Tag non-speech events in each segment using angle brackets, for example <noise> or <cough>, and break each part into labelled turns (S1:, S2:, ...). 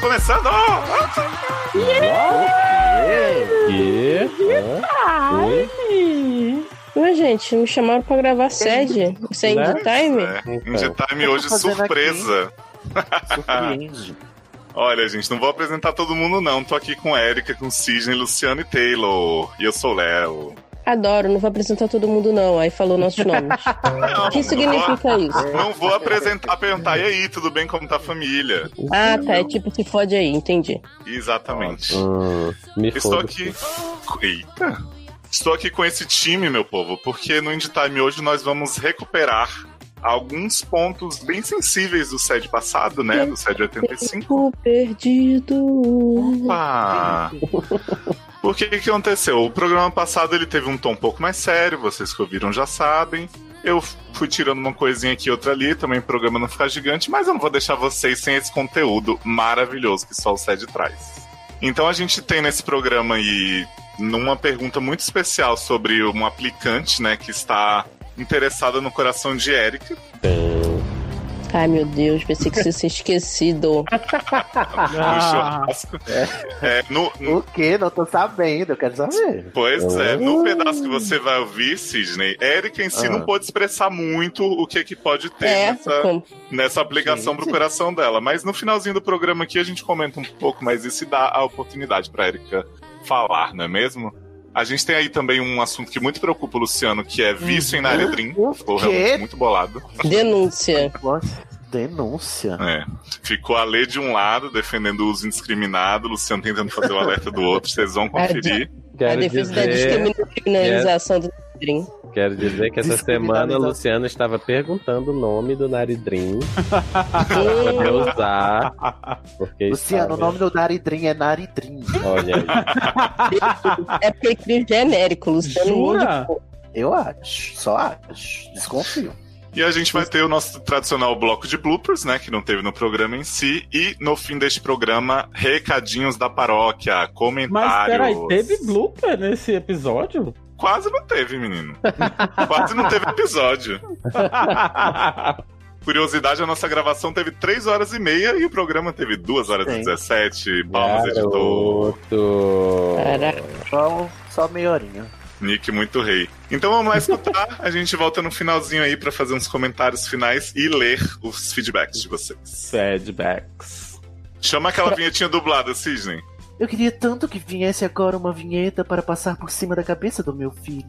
S1: começando!
S2: Ai. Mas, gente, me chamaram pra gravar sede. Isso é
S3: Né?
S2: Indie Time?
S1: Um de time hoje
S3: tô fazendo
S1: surpresa.
S3: Surpreende.
S1: <laughs> Olha, gente, não vou apresentar todo mundo, não. Tô aqui com Érica, com Sidney, Luciano e Taylor. E eu sou o Léo.
S2: Adoro, não vou apresentar todo mundo, não. Aí falou nossos nomes.
S1: Não,
S2: O que significa isso?
S1: Não vou, não vou apresentar, perguntar, e aí, tudo bem, como tá a família?
S2: Ah, tá. É tipo se fode aí, entendi.
S1: Exatamente.
S4: Hum, me
S1: Estou
S4: foda.
S1: aqui. Eita! Estou aqui com esse time, meu povo, porque no Indie Time hoje nós vamos recuperar alguns pontos bem sensíveis do SED passado, né? Do SED 85.
S2: Tempo
S1: <laughs>
S2: perdido.
S1: Opa! Por que que aconteceu? O programa passado ele teve um tom um pouco mais sério, vocês que ouviram já sabem. Eu fui tirando uma coisinha aqui e outra ali, também o programa não ficar gigante, mas eu não vou deixar vocês sem esse conteúdo maravilhoso que só o SED traz. Então a gente tem nesse programa aí numa pergunta muito especial sobre um aplicante, né, que está interessada no coração de Érica.
S2: Ai, meu Deus, pensei que você tinha esquecido.
S1: no
S3: Ah.
S1: churrasco. É, no,
S3: O que? Não tô sabendo, eu quero saber.
S1: Pois é,
S4: Ah.
S1: no pedaço que você vai ouvir, Sidney, Erika em si
S4: Ah.
S1: não pôde expressar muito o que que pode ter
S2: É,
S1: nessa,
S2: como-
S1: nessa aplicação pro coração dela. Mas no finalzinho do programa aqui a gente comenta um pouco mais isso e dá a oportunidade pra Erika falar, não é mesmo? A gente tem aí também um assunto que muito preocupa o Luciano, que é vício em Naredrim.
S3: Uhum. O
S1: Ficou
S3: quê?
S1: realmente muito bolado.
S2: denúncia.
S3: Nossa, denúncia.
S1: É. Ficou a lei de um lado, defendendo o uso indiscriminado, o Luciano tentando fazer o alerta do outro, vocês
S3: É
S1: vão conferir.
S2: A
S4: Quero
S2: É, defesa da
S4: dizer,
S2: descriminalização do Naredrim.
S4: quero dizer que essa semana a
S3: Descriminalização.
S4: Luciana estava perguntando o nome do Naridrim pra poder
S2: Hum,
S4: usar. Porque
S3: Luciano, o
S4: estava-
S3: nome do Naridrim é Naridrim.
S4: Olha aí.
S2: É porque ele cria genérico, Luciano Mundo.
S5: Jura?
S3: Eu acho, só acho. Desconfio.
S1: E a gente vai ter o nosso tradicional bloco de bloopers, né? Que não teve no programa em si. E no fim deste programa, recadinhos da paróquia, comentários.
S5: Mas peraí, teve blooper nesse episódio?
S1: Quase não teve, menino. Quase não teve episódio. Curiosidade, a nossa gravação teve 3 horas e meia e o programa teve 2 horas e
S3: Sim.
S1: 17. <laughs> Palmas, editor.
S4: Garoto.
S2: Caraca,
S3: Então, só meia horinha.
S1: Nick muito rei. Então vamos lá escutar. A gente volta no finalzinho aí pra fazer uns comentários finais e ler os feedbacks de vocês.
S5: Sadbacks.
S1: Chama aquela vinhetinha dublada, Sidney.
S3: Eu queria tanto que viesse agora uma vinheta para passar por cima da cabeça do meu filho.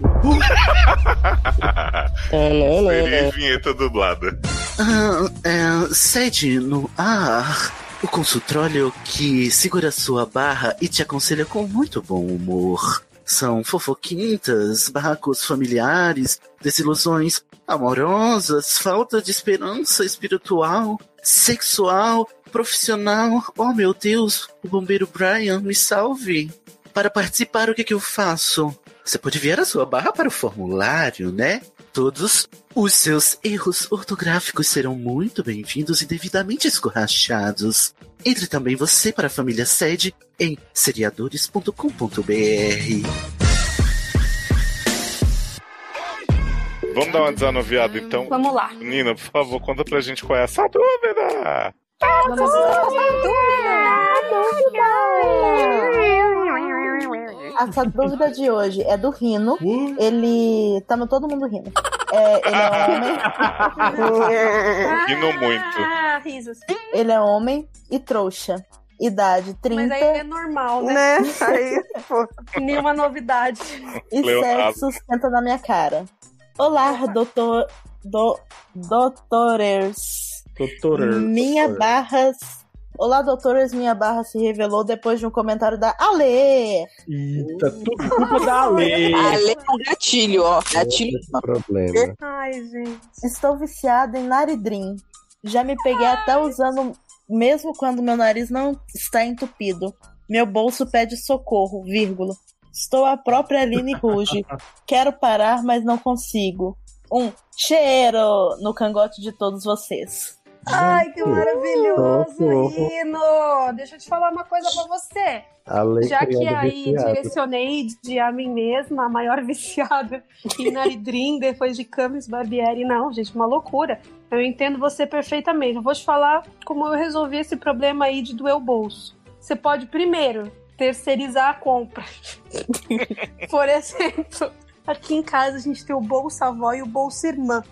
S2: não, não,
S1: Seria
S2: não.
S1: vinheta dublada.
S3: Ah, é, sede no ar. O consultório que segura sua barra e te aconselha com muito bom humor. São fofoquintas, barracos familiares, desilusões amorosas, falta de esperança espiritual, sexual, profissional. Oh meu Deus, o bombeiro Brian, me salve! Para participar, o que, que eu faço? Você pode enviar a sua barra para o formulário, né? Todos os seus erros ortográficos serão muito bem-vindos e devidamente escorrachados. Entre também você para a família sede em seriadores.com.br.
S1: Vamos dar uma desanoviada então?
S6: Vamos lá.
S1: Nina, por favor, conta pra gente qual é essa dúvida.
S6: Vamos
S7: <laughs> Essa dúvida de hoje é do Rino. Ele. Tá no todo mundo rindo. É, ele,
S5: Ah.
S7: é homem,
S1: Rindo muito.
S6: Ah, risos.
S7: ele é homem e trouxa. Idade 30
S6: Mas aí é normal, né?
S8: Né? Aí, pô.
S6: Nenhuma novidade.
S7: e
S1: Leonardo.
S7: sexo senta na minha cara. Olá, doutor. Do, doutores.
S5: Doutor.
S7: Minha barra. Olá, doutores. Minha barra se revelou depois de um comentário da Ale.
S5: Eita, tudo culpa da lei.
S8: Ale é um gatilho, ó. Gatilho.
S4: é Problema.
S6: Ai, gente.
S7: Estou viciada em Naridrim. Já me peguei até usando, mesmo quando meu nariz não está entupido. Meu bolso pede socorro, vírgula. Estou a própria Aline
S6: <laughs>
S7: Ruge. Quero parar, mas não consigo. Um cheiro no cangote de todos vocês.
S6: Ai, que maravilhoso,
S4: Socorro.
S6: Rino! Deixa eu te falar uma coisa pra você.
S4: A lei
S6: Já que
S4: criando
S6: aí
S4: viciado.
S6: direcionei de a mim mesma, a maior <laughs> viciada em Naridrim, depois de Camis Barbieri, não, gente, uma loucura. Eu entendo você perfeitamente. Eu vou te falar como eu resolvi esse problema aí de doer o bolso. Você pode primeiro terceirizar a compra. <laughs> Por exemplo, aqui em casa a gente tem o bolsa avó e o bolsa irmã.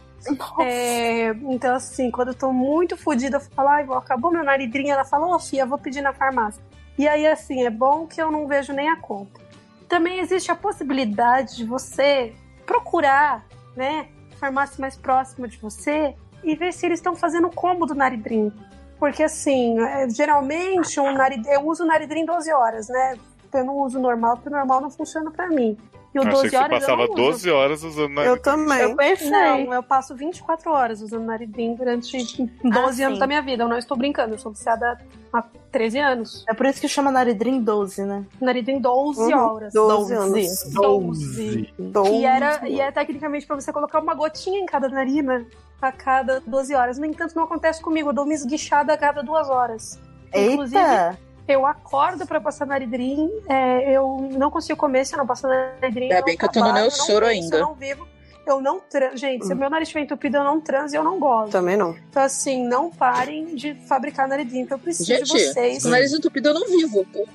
S6: É, então, assim, quando eu tô muito fodida, eu falo, ai, vó, acabou meu naridrinho. Ela fala, ô, fia, vou pedir na farmácia. E aí, assim, é bom que eu não vejo nem a conta. Também existe a possibilidade de você procurar, né, a farmácia mais próxima de você e ver se eles estão fazendo combo do naridrim. Porque, assim, é, geralmente um narid... eu uso o naridrim 12 horas, né? Eu não uso normal, porque o normal não funciona pra mim. E o
S1: Eu
S6: 12
S1: achei que você
S6: horas eu
S1: passava
S6: não uso.
S1: 12 horas usando né? na
S9: Eu também.
S6: Não, eu passo 24 horas usando Naridrim durante 12
S7: Ah,
S6: anos
S7: sim.
S6: da minha vida. Eu não estou brincando, eu sou viciada há 13 anos.
S7: É por isso que chama Naridrim 12, né?
S6: Naridrim 12
S9: Uhum,
S6: horas.
S9: 12
S7: anos.
S6: 12.
S9: Doze.
S6: E, era, e é tecnicamente pra você colocar uma gotinha em cada narina a cada 12 horas. No entanto, não acontece comigo, eu dou uma esguichada a cada duas horas. Inclusive,
S7: Eita!
S6: eu acordo pra passar naridrim, é, eu não consigo comer se eu não passar naridrim.
S10: Ainda
S6: não
S10: bem que eu tô no
S6: trabalho,
S10: meu
S6: não
S10: soro
S6: penso,
S10: ainda.
S6: Eu não vivo, eu não transo. Gente,
S9: Hum.
S6: se o meu nariz estiver entupido, eu não transo e eu não gosto.
S9: Também não.
S6: Então, assim, não parem de fabricar naridrim, que eu preciso de
S10: Gente,
S6: vocês.
S10: com o nariz entupido eu não vivo. pô.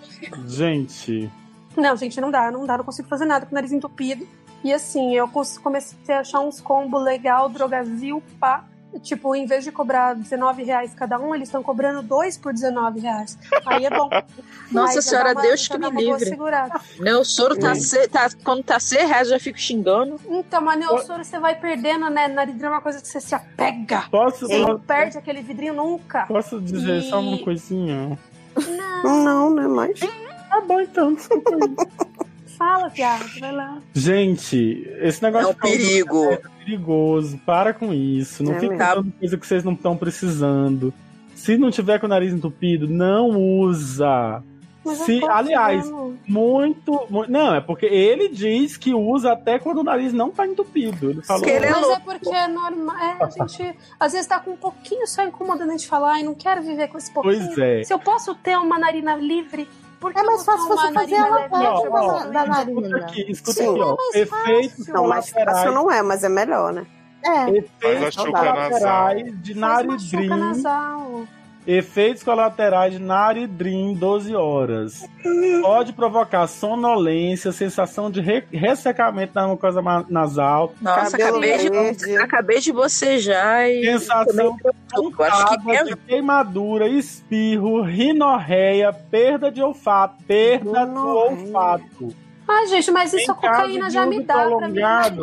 S11: Gente,
S6: Não, gente, não dá, não dá, não consigo fazer nada com o nariz entupido. E assim, eu cons- comecei a achar uns combo legal, drogazil, pá. Tipo, em vez de cobrar 19 reais cada um, eles estão cobrando dois por 19 reais. Aí é bom.
S10: <laughs> Nossa
S6: Mas já
S10: Senhora,
S6: dá
S10: Deus
S6: já
S10: que
S6: dá
S10: me
S6: uma boa
S10: livre.
S6: segurada.
S10: Meu soro tá,
S2: Hum.
S11: Sim.
S10: se- tá- quando tá 100 reais eu já fico xingando.
S6: Então, mas Neossoro, você vai perdendo, né? Naridrim é uma coisa que você se apega.
S11: posso,
S6: Você não
S11: po-
S6: perde aquele vidrinho nunca.
S11: posso dizer só
S6: E-
S11: uma coisinha?
S9: Não, né? Mas.
S11: Tá bom, então.
S6: Fala, viado, vai lá.
S11: Gente, esse negócio
S10: É um
S11: de caldo
S10: perigo.
S11: é perigoso. Para com isso. Não
S9: É
S11: fica
S9: mesmo.
S11: usando coisa que vocês não estão precisando. Se não tiver com o nariz entupido, não usa.
S6: Mas é eu
S11: Se,
S6: tô
S11: aliás,
S6: usando.
S11: muito, mu- Não, é porque ele diz que usa até quando o nariz não tá entupido. Ele falou.
S9: Que ele é
S6: Mas
S9: louco.
S6: é porque é normal. É, a gente às vezes tá com um pouquinho só incomodando a gente falar, ai, não quero viver com esse pouquinho.
S11: Pois é.
S6: Se eu posso ter uma narina livre, por que
S7: É mais
S6: eu vou
S7: fácil
S6: ter uma
S7: você fazer
S6: narina
S7: a
S6: leve?
S11: Não,
S7: lavagem
S11: ó,
S7: da, da
S11: Escuta
S7: narina.
S11: aqui, escuta
S9: Sim.
S11: aqui, ó. Efeitos
S6: Não,
S9: Não, mais fácil
S11: colaterais.
S9: não é, mas é melhor, né?
S7: É.
S1: Mas
S11: Efeitos
S1: a chuca
S11: colaterais de
S6: Faz uma chuca
S11: naridrim.
S6: nasal.
S11: Efeitos colaterais de Naridrim 12 horas. Pode provocar sonolência, sensação de re- ressecamento na mucosa ma- nasal,
S10: Nossa,
S9: Cabelo
S10: acabei de,
S9: verde.
S10: acabei de bocejar e.
S11: sensação
S10: Eu acho que
S11: truncada de queimadura, espirro, rinorreia, perda de olfato, perda do
S9: Rinorreia.
S11: olfato.
S6: Ah, gente, mas isso a
S11: Em caso
S6: cocaína
S11: de
S6: já me
S11: uso
S6: dá pra mim.
S11: prolongado.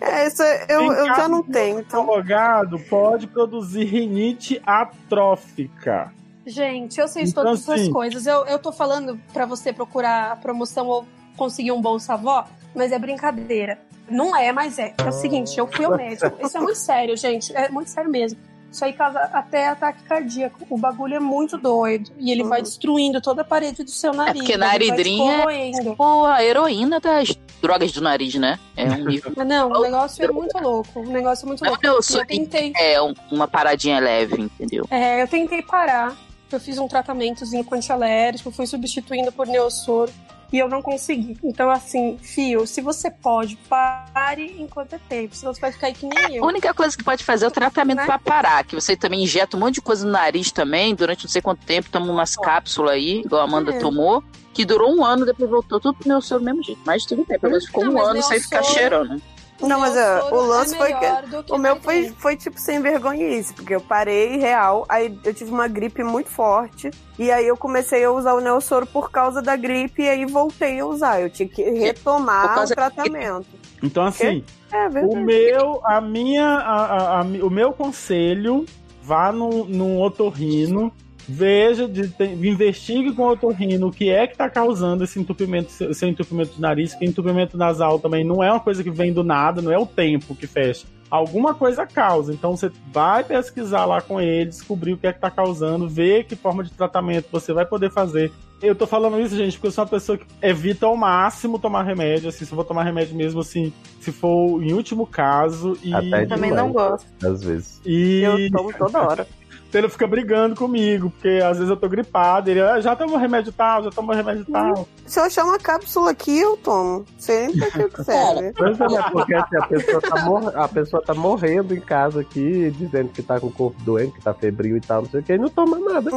S9: É, isso eu,
S11: Tem
S9: eu já
S11: casos
S9: não
S11: de
S9: tenho, então.
S11: Prolongado pode produzir rinite atrófica.
S6: Gente, eu sei de
S11: Então,
S6: todas essas
S11: assim-
S6: coisas. Eu, eu tô falando pra você procurar a promoção ou conseguir um bolsa avó, mas é brincadeira. Não é, mas é. É o seguinte, eu fui ao médico. Isso é muito sério, gente. É muito sério mesmo. Isso aí causa até ataque cardíaco. O bagulho é muito doido. E ele vai destruindo toda a parede do seu nariz. né?
S10: porque
S6: ele vai
S10: naridrinha é-
S6: descorroendo.
S10: Pô, a heroína das drogas do nariz, né? É
S11: <laughs>
S10: um nível.
S6: Mas Não, o negócio é muito louco. O negócio é muito
S10: Não,
S6: louco.
S10: meu
S6: E Eu
S10: soro
S6: tentei.
S10: é um- uma paradinha leve, entendeu?
S6: É, eu tentei parar. Eu fiz um tratamentozinho com antialérgico, fui substituindo por neossoro e eu não consegui. Então, assim, fio, se você pode, pare enquanto é tempo, senão você vai ficar aí que nem
S10: A
S6: eu.
S10: única coisa que pode fazer é o tratamento
S6: Né?
S10: pra parar, que você também injeta um monte de coisa no nariz também, durante não sei quanto tempo, toma umas cápsulas aí, igual a Amanda
S6: É.
S10: tomou, que durou um ano, depois voltou tudo pro meu soro do mesmo jeito. Mas tudo bem, pelo menos ficou
S6: Não,
S10: um
S6: mas
S10: ano sem
S6: meu
S10: ficar
S6: soro-
S10: cheirando.
S9: Não, mas ó,
S6: Neossoro
S9: o lance foi que.
S6: é melhor do que
S9: O meu foi,
S6: Naridrim.
S9: foi tipo sem vergonhice, porque eu parei real, aí eu tive uma gripe muito forte, e aí eu comecei a usar o Neossoro por causa da gripe, e aí voltei a usar. Eu tinha que
S10: Por
S9: retomar o
S10: causa da
S9: tratamento.
S11: Então, assim,
S9: É
S11: O
S9: verdade.
S11: meu, a minha, a- a- a mi- o meu conselho, vá num, num otorrino, veja, de- tem- investigue com o otorrino o que é que tá causando esse entupimento, seu seu entupimento de nariz, que entupimento nasal também não é uma coisa que vem do nada, não é o tempo que fecha. Alguma coisa causa, então você vai pesquisar lá com ele, descobrir o que é que tá causando, ver que forma de tratamento você vai poder fazer Eu tô falando isso, gente, porque eu sou uma pessoa que evita ao máximo tomar remédio, assim, se eu vou tomar remédio mesmo, assim, se for em último caso. E,
S4: Até
S7: Eu também não gosto.
S4: Às vezes.
S11: e
S9: Eu tomo toda hora.
S11: <laughs> então ele fica brigando comigo, porque às vezes eu tô gripado, ele, ah, já tomou remédio tal, já tomou remédio tal.
S9: Se eu achar uma cápsula aqui, eu tomo. Sei nem pra Hum, que que serve.
S4: Mas é porque assim, a, pessoa tá mor- a pessoa tá morrendo em casa aqui, dizendo que tá com o corpo doente, que tá febril e tal, não sei o que, e não toma nada.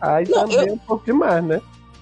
S4: Aí
S10: Não,
S4: também é um pouco demais, né?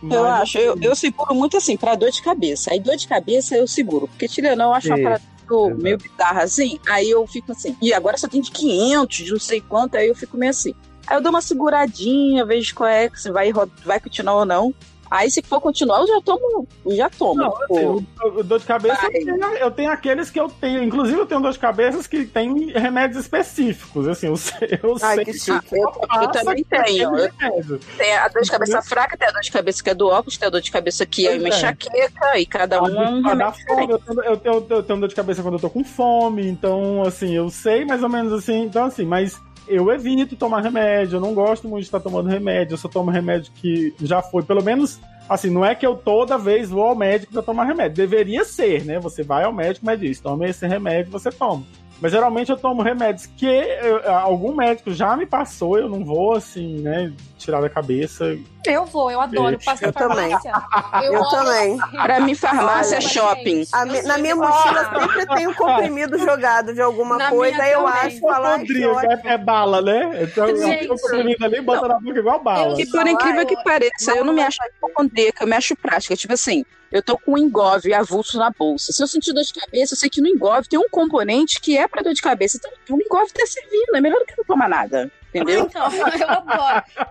S10: Eu acho, eu, eu seguro muito assim, pra dor de cabeça. Aí dor de cabeça eu seguro, porque tirando, eu acho uma
S4: Sim,
S10: parada meio-
S4: exato.
S10: meio bizarra assim. Aí eu fico assim, e agora só tem de 500, de não sei quanto, aí eu fico meio assim. Aí eu dou uma seguradinha, vejo qual é, se vai, ro- vai continuar ou não. Aí se for continuar, eu já tomo, eu já tomo. tipo,
S11: Não,
S10: pô.
S11: assim, o- o dor de cabeça, eu
S10: Ai.
S11: tenho, eu tenho aqueles que eu tenho. Inclusive, eu tenho dor de cabeça que tem remédios específicos. Assim, eu sei, eu
S9: Ai,
S11: sei
S9: que
S10: Ah,
S9: chique.
S10: eu,
S11: Nossa,
S10: eu também
S11: que tem
S10: tenho. Eu
S11: remédio.
S10: tenho a dor de cabeça fraca, tem a dor de cabeça que é do óculos, tem a dor de cabeça que é
S11: Pois
S10: uma
S11: é.
S10: enxaqueca, e cada um. é um
S11: Pra dar
S10: remédio
S11: fome,
S10: diferente.
S11: eu, tenho, eu, tenho, eu tenho dor de cabeça quando eu tô com fome, então, assim, eu sei mais ou menos assim, então, assim, mas eu evito tomar remédio, eu não gosto muito de estar tomando remédio, eu só tomo remédio que já foi, pelo menos, assim, não é que eu toda vez vou ao médico pra tomar remédio, deveria ser, né? Você vai ao médico, mas diz, tome esse remédio, você toma. Mas geralmente eu tomo remédios que eu- algum médico já me passou, eu não vou, assim, né, tirar da cabeça.
S6: Eu vou, eu adoro
S11: Eu
S6: passar
S9: também.
S6: farmácia.
S9: Eu
S6: amo
S9: também.
S6: assim.
S10: Pra mim, farmácia é
S6: Olha,
S10: shopping.
S6: gente,
S9: A
S6: eu
S9: mi-
S6: sou
S9: na minha
S6: emocionada.
S9: mochila sempre tem um comprimido jogado de alguma
S6: Na
S9: coisa,
S6: minha
S9: aí eu
S6: também.
S9: acho, falar que
S11: Rodrigo,
S9: ótimo.
S11: é, é bala, né? Então,
S6: Gente.
S11: eu comprimido ali, bota na boca igual bala.
S10: E por incrível que pareça, eu não me acho hipocondríaca, eu me acho prática. Tipo assim, eu tô com um engove avulso na bolsa. Se eu sentir dor de cabeça, eu sei que no engove tem um componente que é pra dor de cabeça. Então, o engove tá servindo, é melhor do que não tomar nada. Entendeu?
S6: Então, eu adoro.
S7: faz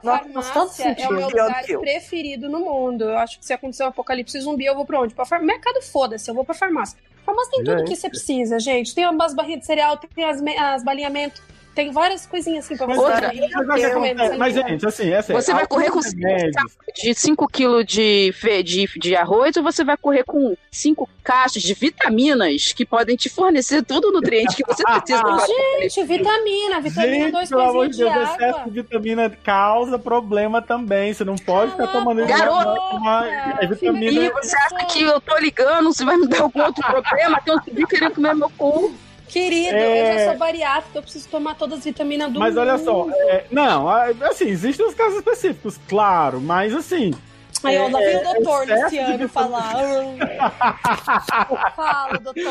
S7: todo
S6: Farmácia é
S7: sentido.
S6: o meu
S9: Pior
S6: lugar
S9: que eu.
S6: preferido no mundo. Eu acho que se acontecer um apocalipse zumbi, eu vou pra onde? Pra farmácia. Mercado, foda-se, eu vou pra farmácia. Farmácia tem tudo
S4: Gente.
S6: que você precisa, gente. Tem umas barrinhas de cereal, tem as, me- as balinhamento, tem várias coisinhas assim pra
S11: Mas,
S6: você.
S10: Outra-
S6: fazer.
S11: mas, mas,
S9: Eu
S11: acontece- mas,
S6: mesmo.
S11: gente, assim, é sério.
S10: Você vai correr com
S11: Alguns remédios-
S10: de 5 kg de, fe- de, de arroz ou você vai correr com 5 caixas de vitaminas que podem te fornecer todo o nutriente que você
S11: <laughs>
S10: precisa.
S6: Ah, Gente, vitamina, vitamina, dois
S11: Gente, pelo amor
S6: coisinhas de
S11: de Deus, é
S6: água.
S11: excesso de vitamina causa problema também. Você não pode ficar
S6: Cala
S11: tomando
S6: a
S11: isso.
S10: Garota!
S11: Uma, é
S6: Ah,
S11: vitamina.
S10: E você acha que eu tô ligando, você vai me dar algum outro problema? Tem um zumbi querendo comer meu cu.
S6: Querido, eu
S11: É.
S6: já sou bariátrica, eu preciso tomar todas as vitaminas do
S11: Mas olha
S6: mundo.
S11: só, é, não, a- assim, existem os casos específicos, claro, mas assim, <laughs>
S6: Aí, ó, lá vem o
S10: É,
S6: doutor
S11: excesso
S6: nesse
S11: de
S6: ano falar. Ah. Fala,
S11: <laughs>
S6: doutor.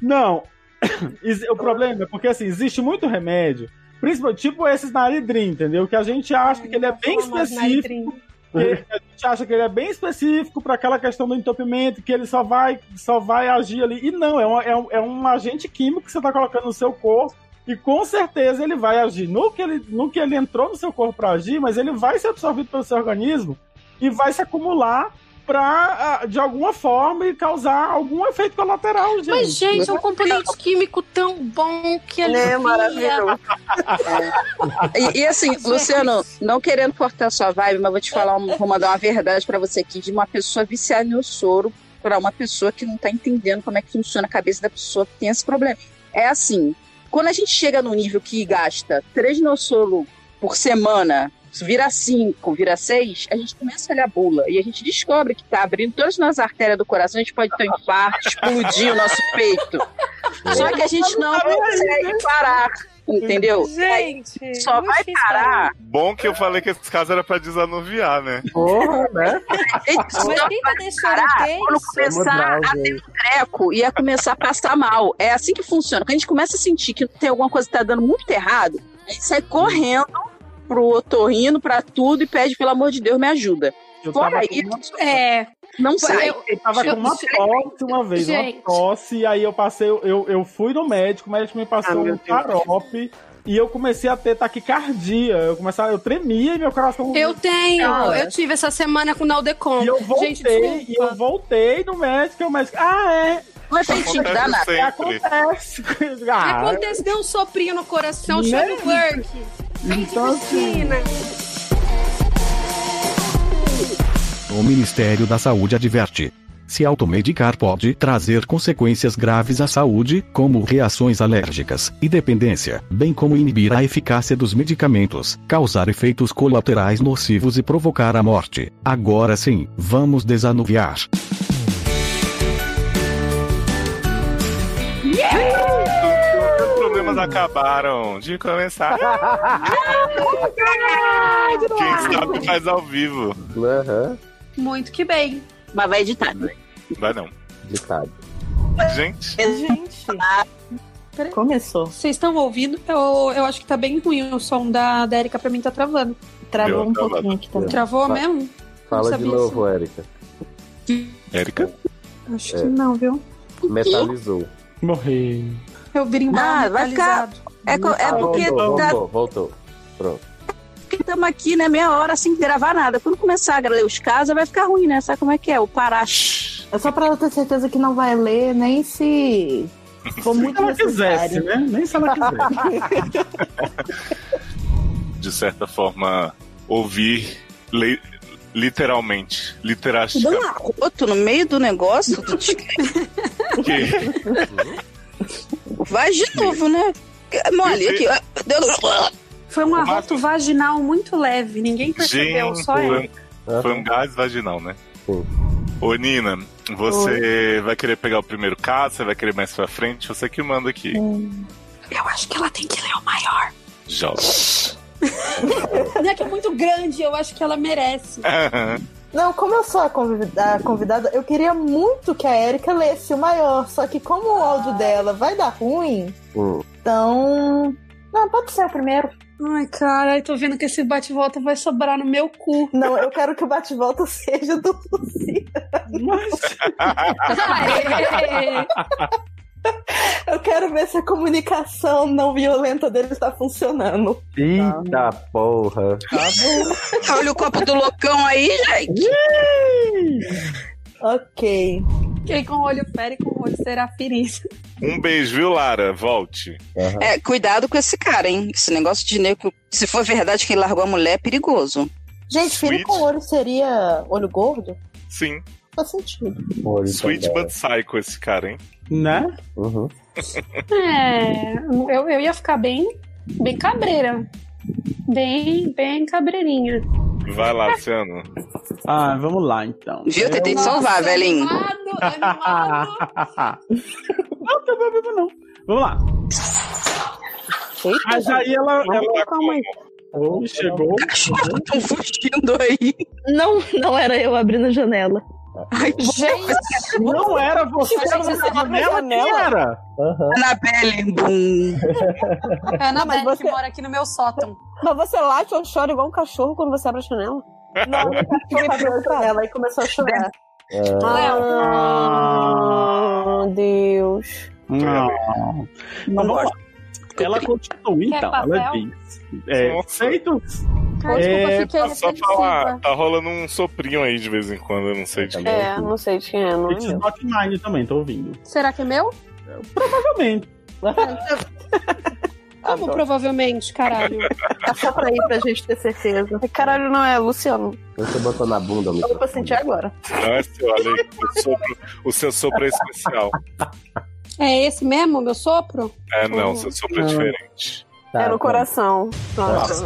S11: Não. <coughs> Ex- o problema é porque assim, existe muito remédio. Principalmente, tipo esses naridrim, entendeu? Que a gente acha que ele é bem
S6: Fala mais,
S11: específico.
S6: Naritrim.
S11: que a gente acha que ele é bem específico para aquela questão do entupimento, que ele só vai, só vai agir ali. E não, é um, é, um, é um agente químico que você está colocando no seu corpo. E com certeza ele vai agir no que ele, no que ele entrou no seu corpo para agir, mas ele vai ser absorvido pelo seu organismo e vai se acumular ah, para, de alguma forma, e causar algum efeito colateral, gente.
S6: Mas, gente, é um componente químico tão bom que ele
S9: Né, maravilhoso.
S10: E, e, assim, Luciano, não querendo cortar sua vibe, mas vou te falar, um- vou mandar uma verdade pra você aqui de uma pessoa viciada no soro pra uma pessoa que não tá entendendo como é que funciona a cabeça da pessoa que tem esse problema. É assim, quando a gente chega num nível que gasta três nossouro por semana, vira cinco, vira seis, a gente começa a olhar a bula e a gente descobre que tá abrindo todas as nossas artérias do coração, a gente pode ter um infarto, explodir o nosso peito. Só que a gente não consegue parar, entendeu?
S6: Gente,
S10: Só
S6: muito
S10: vai
S6: difícil
S10: parar
S1: Bom que eu falei que esse caso era pra desanuviar,
S4: <laughs>
S1: né?
S4: Porra, né?
S10: Gente,
S6: Mas
S10: não
S6: quem tá deixando
S10: parar quando
S6: ter isso?
S4: Vamos
S10: começar
S4: dar,
S10: a um
S4: gente.
S10: treco e a começar a passar mal. É assim que funciona. Quando a gente começa a sentir que tem alguma coisa que tá dando muito errado, a gente sai correndo pro otorrino, pra tudo e pede, pelo amor de Deus, me ajuda.
S11: Eu tava
S10: Fora
S11: com
S10: isso,
S11: uma-
S6: É,
S10: não sai.
S6: eu-
S11: Eu tava com uma tosse uma vez,
S6: Gente.
S11: uma tosse, e aí eu passei, eu, eu fui no médico, o médico me
S9: Ah,
S11: passou
S9: meu
S11: um
S9: Deus.
S11: xarope e eu comecei a ter taquicardia. Eu começava, eu tremia e meu coração.
S6: eu tenho.
S11: Cara.
S6: Eu tive essa semana com o Naldecon.
S11: E eu voltei,
S6: Gente,
S11: e
S6: desculpa.
S11: eu voltei no médico, e o médico. Ah, é,
S10: Não é feitinho que dá nada.
S1: Acontece sempre.
S11: acontece. <laughs>
S6: É
S11: Ah,
S6: Acontece, deu um soprinho no coração, chama o Burke.
S11: então assim.
S6: Tina.
S12: O Ministério da Saúde adverte. Se automedicar pode trazer consequências graves à saúde, como reações alérgicas e dependência, bem como inibir a eficácia dos medicamentos, causar efeitos colaterais nocivos e provocar a morte. Agora sim, vamos desanuviar.
S1: Os problemas acabaram de começar. Quem sabe faz ao vivo.
S4: Aham,
S6: Muito que bem.
S10: <laughs> Mas vai editar. né?
S1: Vai não.
S4: ditado.
S1: Gente,
S7: Gente, começou.
S6: Vocês estão ouvindo? Eu, eu acho que tá bem ruim o som da, da Erika pra mim tá travando.
S7: Travou
S1: Deu
S7: um
S11: Tá
S1: uma
S7: pouquinho aqui
S11: É.
S7: também.
S6: Travou
S4: Vai.
S6: mesmo?
S4: Fala de
S6: sabia
S4: novo, Érica.
S1: Érica?
S6: Acho que não, viu?
S4: Metalizou.
S11: Morri.
S6: Eu brimbado,
S10: Ah, vai ficar- É, co- é
S4: Ah,
S10: porque
S4: voltou,
S10: tá-
S4: voltou, voltou. Pronto.
S10: porque estamos aqui, né, meia hora sem gravar nada. Quando começar a ler os casos, vai ficar ruim, né? Sabe como é que é? O Pará.
S7: É só pra ela ter certeza que não vai ler, nem se for
S11: Nem se
S7: muito
S11: ela quisesse,
S7: necessário.
S11: né? Nem se ela quisesse.
S1: De certa forma, ouvir le- literalmente,
S10: Deu
S1: literasticamente.
S10: um arroto no meio do negócio.
S1: <laughs>
S10: Vai de novo, né? Mole, aqui. ó. Deu-
S6: Foi um
S1: Ô, Marcos.
S6: arroto vaginal muito leve, ninguém percebeu,
S1: Gente,
S6: um só
S1: foi,
S6: ele.
S4: Ah,
S1: foi um gás vaginal, né?
S4: Sim.
S1: Ô, Nina, você vai querer pegar o primeiro caso? Você vai querer mais pra frente? Você que manda aqui.
S6: Eu acho que ela tem que ler o maior.
S1: Joga. <laughs>
S6: Não é que é muito grande, eu acho que ela merece.
S7: Não, como eu sou a convida- a convidada, eu queria muito que a Erika lesse o maior, só que como o áudio dela vai dar ruim,
S4: hum.
S7: então. Não, pode ser o primeiro.
S6: Ai, cara, eu tô vendo que esse bate-volta vai sobrar no meu <laughs> cu.
S7: Não, eu quero que o bate-volta <laughs> seja do Luciano.
S11: Mas
S6: Aê!
S7: Eu quero ver se a comunicação não violenta dele está funcionando.
S4: Eita porra.
S10: <laughs> Olha o copo do loucão aí, gente.
S7: Ok.
S6: Quem com olho fere, com olho será feliz.
S1: um beijo, viu, Lara? Volte.
S10: É, cuidado com esse cara, hein? Esse negócio de nego. Se for verdade que ele largou a mulher, é perigoso.
S7: Gente, filho
S1: Sweet.
S7: com olho seria olho gordo?
S1: Sim.
S7: Faz sentido.
S4: Olha,
S1: Sweet
S4: então,
S1: but psycho esse cara, hein?
S11: <laughs> Né?
S4: Uhum.
S6: É, eu, eu ia ficar bem, bem cabreira. Bem, bem cabreirinha.
S1: Vai lá, Luciano.
S11: Ah, vamos lá então.
S10: Viu? Tentei te
S6: Nossa, é
S10: salvar, velhinho.
S6: Animado, é animado. <laughs>
S11: não, tem problema não. tá Vamos lá. Mas aí ela. ela...
S1: Calma aí.
S11: Oh, chegou.
S10: Cachorro tão fugindo aí.
S2: Não, não era eu abrindo a janela.
S10: Ai,
S7: Gente,
S11: Não era você,
S7: Gente,
S11: era
S7: você abriu a
S11: janela que
S7: janela?
S11: era.
S4: Aham.
S10: Anabelle. Bum.
S6: É a Anabelle
S9: Mas você-
S6: que mora aqui no meu sótão.
S9: Mas você late ou chora igual um cachorro quando você abre a
S2: <laughs>
S9: janela?
S7: não, eu fiquei olhando pra ela e começou
S10: <laughs>
S7: a chorar.
S9: Ah, Deus.
S11: Não.
S10: Não
S11: vamos lá.
S10: gosto.
S11: Ela continua
S6: Quer
S11: então. Ela
S6: papel?
S11: diz. É,
S1: Nossa.
S11: feitos.
S6: Ai, desculpa,
S11: É,
S6: fiquei
S1: Só
S6: reflexiva.
S1: falar, tá rolando um soprinho aí de vez em quando, eu não sei de quem.
S9: É, não sei de quem é, não é
S11: It's
S9: meu.
S11: not mine também, tô ouvindo.
S6: Será que é meu?
S11: Provavelmente.
S6: Como provavelmente, caralho?
S7: Tá só pra ir pra gente ter certeza.
S9: Caralho, não é, Luciano.
S4: Você botou na bunda o
S7: Eu vou
S4: microfone.
S7: sentir agora.
S1: Não é seu, Ale, o, sopro, o seu sopro é especial.
S6: É esse mesmo, meu sopro?
S1: É, não, o seu sopro é
S11: Não.
S1: diferente.
S4: Tá,
S9: é no
S4: tá.
S9: coração. Nossa.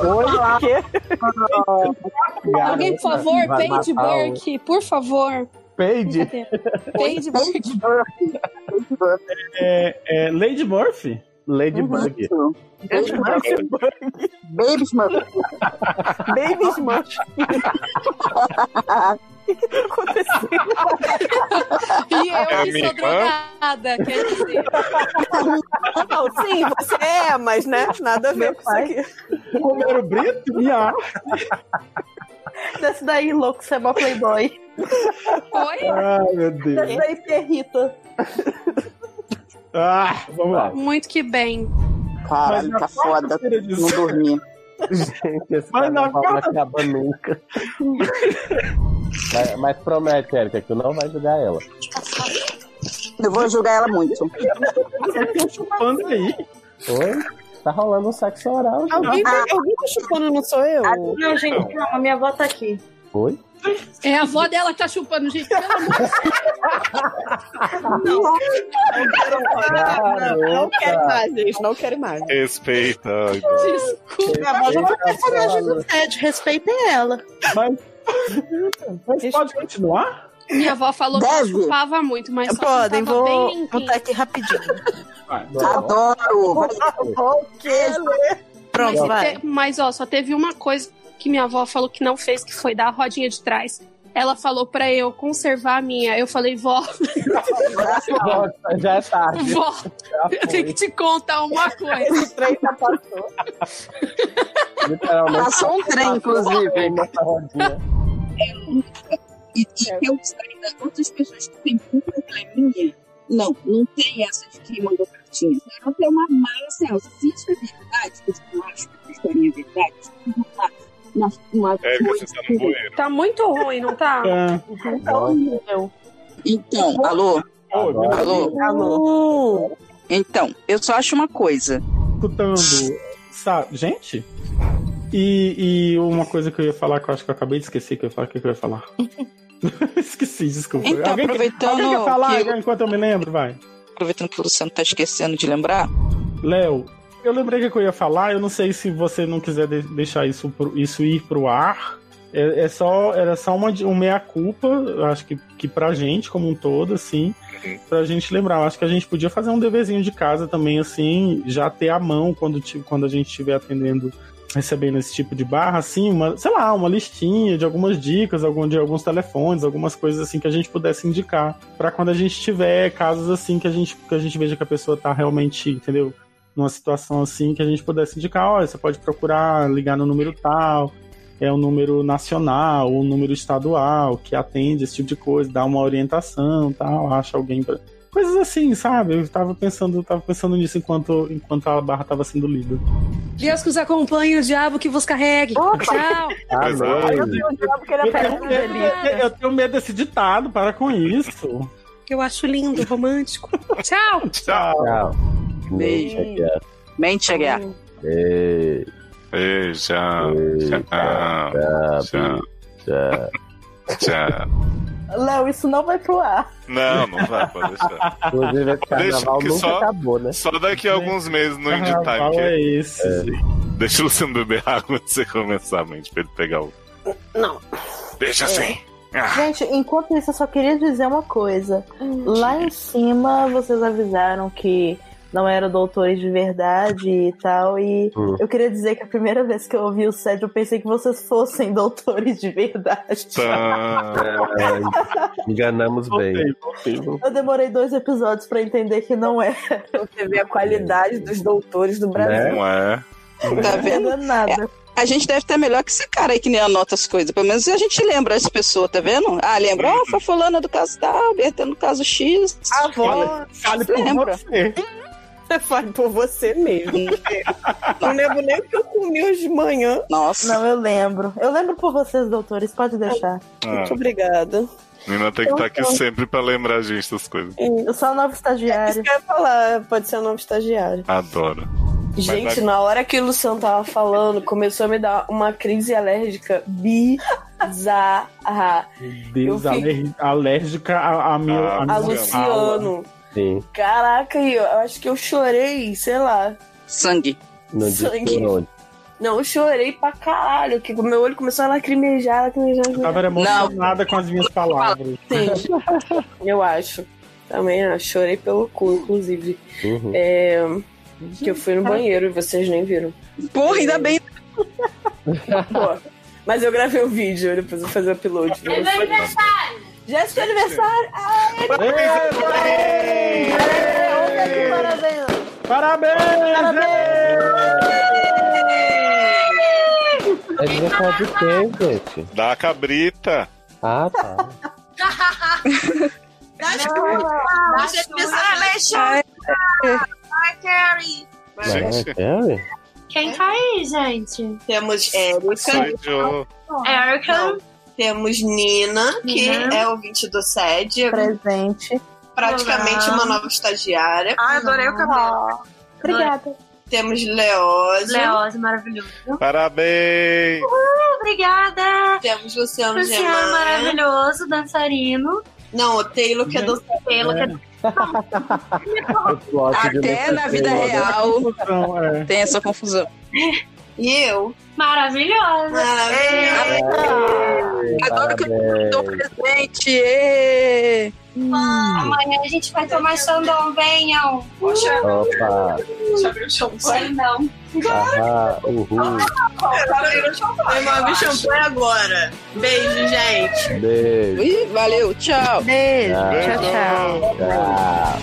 S6: Alguém, por favor,
S4: Vai
S6: Paige
S4: matar o-
S6: Burke, por favor.
S4: Peide.
S6: Paige Burke.
S11: É, é, Lady Murphy?
S4: Ladybug.
S10: Babies, mano.
S9: Baby Smurf.
S6: E eu
S1: É
S6: que
S1: minha
S6: sou
S1: irmã?
S6: drogada, quer dizer.
S9: Não, sim, você é, mas né? Nada a ver com isso aqui.
S11: Romero Brito? Minha.
S7: Desce daí, louco, você é mó playboy.
S6: Oi?
S11: Ai, meu Deus.
S7: Desce daí, é perrita.
S11: Ah, vamos lá.
S6: Muito que bem.
S11: Mas na
S10: Caralho, tá foda.
S11: quarta-feira de
S10: Não dormi.
S4: Gente, esse
S11: Mas na
S4: carnaval não
S11: cara-
S4: acaba nunca. mas, mas promete, Erika, que tu não vai julgar ela.
S10: Eu vou julgar ela muito.
S11: Vocês estão chupando aí.
S4: Oi? Tá rolando um sexo oral, gente.
S9: Alguém tá, alguém tá chupando, Ah. não sou eu?
S7: Não, gente, calma, minha avó tá aqui.
S4: Oi?
S6: É a avó dela que tá chupando, gente. Pelo amor de
S2: Não, não quero mais. Não quero mais, gente. Não quero mais.
S1: Respeita. ai, Deus.
S7: Desculpa, a voz é uma personagem do Ted, respeitem ela.
S11: Mas, pode continuar?
S6: Minha avó falou que
S7: Deve.
S6: ela chupava muito, mas só
S2: Podem,
S6: chupava
S2: vou
S6: bem limpinho.
S7: tá
S2: contar aqui rapidinho.
S9: <laughs>
S10: Adoro!
S2: Pronto,
S6: mas,
S2: vai.
S6: te- mas, ó, só teve uma coisa que minha avó falou que não fez, que foi dar a rodinha de trás. Ela falou pra eu conservar a minha. Eu falei, vó,
S11: Nossa, já é tarde.
S6: vó, <laughs> eu tenho que te contar uma coisa.
S2: trem já passou.
S11: Literalmente.
S7: Tá
S10: Passou um trem, inclusive.
S11: Nessa rodinha.
S10: E, e que eu saiba, outras pessoas que têm um probleminha, não, não tem essa de quem mandou cartinha. Ela tem uma massa, Elsa. Se isso é verdade, que eu não acho que a história é verdade, uma, uma, uma
S1: É,
S10: coisa.
S1: você tá no banheiro.
S13: Tá muito ruim, não tá?
S11: É.
S13: horrível.
S10: Então, alô?
S11: Agora,
S10: Alô?
S2: É,
S6: Uh,
S2: Alô.
S10: Então, eu só acho uma coisa.
S11: escutando, sabe? Gente? E, e uma coisa que eu ia falar, que eu acho que eu acabei de esquecer que eu ia falar, o que que eu ia falar? <laughs> Esqueci, desculpa.
S10: Então,
S11: alguém, quer- alguém quer
S10: aproveitando
S11: falar
S10: que,
S11: enquanto eu me lembro, vai.
S10: aproveitando que o Luciano tá esquecendo de lembrar,
S11: Léo, eu lembrei que eu ia falar, eu não sei se você não quiser de- deixar isso, pro- isso ir pro ar. É, é só, era só uma, de- um meia-culpa, eu acho que, que pra gente como um todo, assim, pra gente lembrar. Eu acho que a gente podia fazer um deverzinho de casa também, assim, já ter a mão quando, ti- quando a gente estiver atendendo, recebendo esse tipo de barra, assim, uma, sei lá, uma listinha de algumas dicas, algum, de alguns telefones, algumas coisas assim que a gente pudesse indicar. Pra quando a gente tiver casos assim que a gente, que a gente veja que a pessoa tá realmente, entendeu? numa situação assim que a gente pudesse indicar, olha, você pode procurar ligar no número tal, é um número nacional, um número estadual, que atende esse tipo de coisa, dá uma orientação, tal, acha alguém pra... coisas assim, sabe? Eu tava pensando, tava pensando nisso enquanto enquanto a barra tava sendo lida.
S6: Deus que os acompanhe, o diabo que vos carregue. Tchau.
S4: tá
S11: Amém.
S13: Porque ele
S11: Eu
S13: é
S11: tenho,
S13: um
S11: medo,
S13: delírio.
S11: eu tenho medo desse ditado, para com isso.
S6: Eu acho lindo, romântico. Tchau.
S1: Tchau.
S4: Tchau.
S10: Beijo.
S4: Chega.
S10: mente a guerra.
S4: Ei,
S1: Beijo.
S4: ei,
S1: Tchau. Tchau.
S4: tchau.
S1: Tchau.
S7: Léo, isso não vai pro ar.
S1: Não, não vai, pode deixar.
S4: Inclusive, esse carnaval
S1: que
S4: nunca
S1: só-
S4: acabou, né?
S1: Só daqui a alguns meses no Indie Time.
S11: Carnaval
S1: que-
S11: é esse. gente.
S1: Deixa o Luciano beber <laughs> água antes de você começar, mente, pra ele pegar o.
S14: Não.
S1: Deixa assim.
S7: Gente, enquanto isso, eu só queria dizer uma coisa.
S15: Hum.
S7: Lá em cima, vocês avisaram que não eram doutores de verdade e tal, e
S4: Hum.
S7: eu queria dizer que a primeira vez que eu ouvi o SED, eu pensei que vocês fossem <laughs> doutores de verdade.
S1: Tá. Tã.
S4: É, enganamos bem.
S11: Voltei, voltei, voltei.
S7: Eu demorei dois episódios pra entender que não é.
S2: Você vê a qualidade dos doutores do
S4: Né?
S2: Brasil.
S1: Não é?
S10: Tá vendo?
S7: Não é nada.
S10: A gente deve estar melhor que esse cara aí que nem anota as coisas. Pelo menos a gente lembra as pessoas, tá vendo? Ah, lembra? Ah, foi fulana do caso tal, Bertão do caso X.
S2: A avó,
S11: Fale por
S10: Lembra?
S11: você.
S2: você <laughs> faz por você mesmo. Não lembro nem o que eu comi hoje de manhã.
S10: Hum.
S15: É.
S10: Nossa.
S7: Não, eu lembro. Eu lembro por vocês, doutores, pode deixar.
S1: Ah,
S2: Muito obrigada.
S1: Nina tem que estar aqui sempre pra lembrar a gente das coisas.
S7: Eu sou a nova
S2: Isso
S7: estagiária.
S2: que eu ia falar, pode ser um novo estagiário.
S1: Adoro.
S2: Gente,
S1: vai-
S2: na hora que o Luciano tava falando, começou a me dar uma crise alérgica bizarra.
S11: Deus,
S2: Eu
S11: aler- alérgica a, a minha.
S1: Ah,
S11: a
S2: A
S11: minha fala.
S2: Luciano.
S4: Sim,
S2: Caraca, e eu eu acho que eu chorei, sei lá.
S10: Sangue.
S4: não disse
S2: Sangue.
S4: por onde.
S2: Não, eu chorei pra caralho, que o meu olho começou a lacrimejar, lacrimejar.
S11: Eu
S2: lacrimejar.
S11: tava era emocionada com as minhas palavras.
S2: Sim, <laughs> eu acho. Também acho. Chorei pelo cu, inclusive.
S4: Uhum.
S2: É, que eu fui no banheiro e vocês nem viram.
S10: Porra, ainda bem.
S2: <laughs> Pô, mas eu gravei o vídeo, depois eu vou fazer o upload. Jéssica, aniversário!
S11: Parabéns!
S4: É aniversário de quem, gente?
S1: Dá a cabrita.
S4: Ah, tá.
S13: Acho que
S10: Alexandre.
S4: Mariah
S1: Gente.
S4: Carey?
S6: Quem tá aí, gente?
S2: Temos Erika,
S1: Sou idiota.
S6: Erica.
S2: temos Nina, que
S6: Nina.
S2: é o 20 do SED,
S7: Presente.
S2: praticamente
S6: Olá.
S2: uma nova estagiária.
S14: Ah, adorei o cabelo.
S7: Obrigada.
S16: Temos Leose.
S17: Leose, maravilhoso.
S1: Parabéns!
S17: Uhul, obrigada!
S16: Temos Luciano
S17: Luciano
S16: Gemani.
S17: maravilhoso, dançarino.
S16: Não, o Taylor que é dançarino.
S17: Taylor, que é
S16: Até na vida real
S10: tem essa confusão.
S16: E eu?
S17: Maravilhosa!
S10: Adoro que eu dou presente. ê.
S17: Amanhã É, a gente vai tomar xandão, venham! Poxa,
S4: Opa!
S17: já abriu o champanhe? Não.
S4: Ahá, uhul!
S16: Vamos abrir champanhe agora. Beijo, gente.
S4: Beijo!
S10: Ih, valeu, tchau.
S2: É
S16: Beijo,
S4: Tchau.
S16: tchau.
S4: Tchau!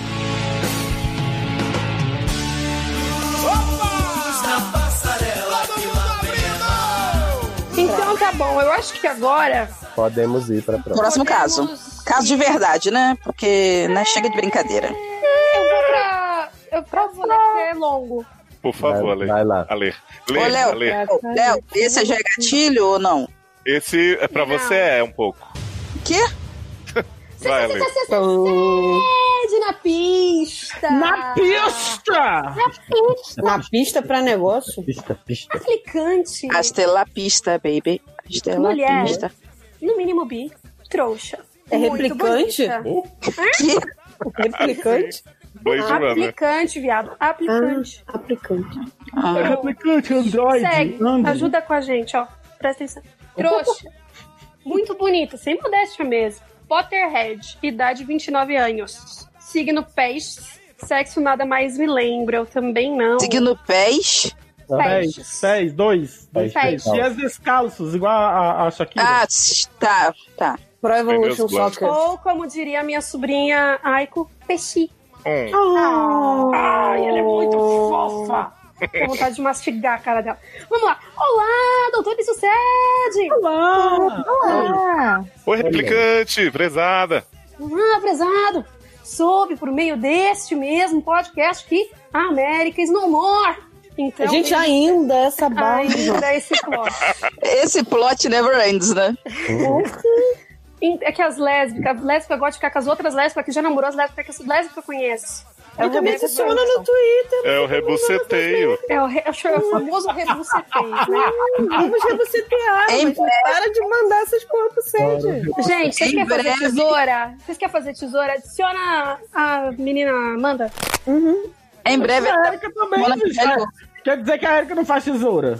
S15: Então tá bom, eu acho que agora.
S4: Podemos ir pra próxima.
S10: Próximo caso. Caso de verdade, né? Porque né, chega de brincadeira.
S6: Eu vou pra. Eu pra
S17: Tá
S6: você é longo.
S1: Por favor, Ale. Vai lá. Ale. Lê,
S10: Ô, Léo,
S1: Ale.
S10: Léo, esse já é gatilho ou não?
S1: Esse é pra você é um pouco.
S10: Quê?
S1: <laughs> Vai, Ale.
S17: tá
S15: Sede na pista! Na pista!
S17: Na pista!
S15: Na pista pra negócio?
S4: Pista, pista.
S17: Aplicante.
S10: Castela pista, baby. Castela
S17: Mulher.
S10: pista.
S17: No mínimo bi. Trouxa.
S15: É
S17: Muito
S15: replicante?
S17: bonita.
S15: Replicante?
S1: Blade Runner.
S6: Aplicante, viado. Aplicante.
S17: Ah, aplicante.
S11: Ah. Replicante, Android.
S6: Segue.
S11: Android.
S6: Ajuda com a gente, ó. Presta atenção. Trouxa. Muito bonita, sem modéstia mesmo. Potterhead, idade 29 anos. Signo peixes. Sexo nada mais me lembra, eu também não.
S10: Signo pés.
S11: Pés, pés, dois.
S10: Pés, pés.
S11: Dias descalços, igual a, a Shakira.
S10: Ah, tá, tá.
S15: Pro
S11: Evolution Entendeu os Soccer. blocos.
S6: Ou, como diria a minha sobrinha Aiko, peixi.
S15: Ai,
S6: ela é muito fofa. Com vontade de mastigar a cara dela. Vamos lá. Olá, doutor Isso Sede. Olá. Olá.
S1: Oi, replicante, prezada.
S6: Ah, prezado, soube por meio deste mesmo podcast que a América is no more.
S15: um
S6: Então,
S7: Gente, ainda essa barra.
S6: Ainda esse plot.
S10: <laughs> Esse plot never ends, né?
S6: É que as lésbicas, lésbica gosta de ficar com as outras lésbicas, que já namorou as lésbicas, que as lésbicas eu conheço. É
S1: Eu também adiciono no
S6: Twitter.
S1: É o rebuceteio.
S6: É o, re- é o famoso
S1: <laughs>
S6: rebuceteio, né?
S15: Vamos rebucetear,
S7: É
S15: mas para de mandar essas porra pro Sede.
S6: Gente,
S15: Em
S6: vocês querem fazer
S15: breve.
S6: tesoura? Vocês querem fazer tesoura? Adiciona a menina Amanda.
S10: Em breve.
S11: A Erika também,
S10: Bola
S11: gente,
S10: velho.
S11: né? Quer dizer que a Erika não faz tesoura?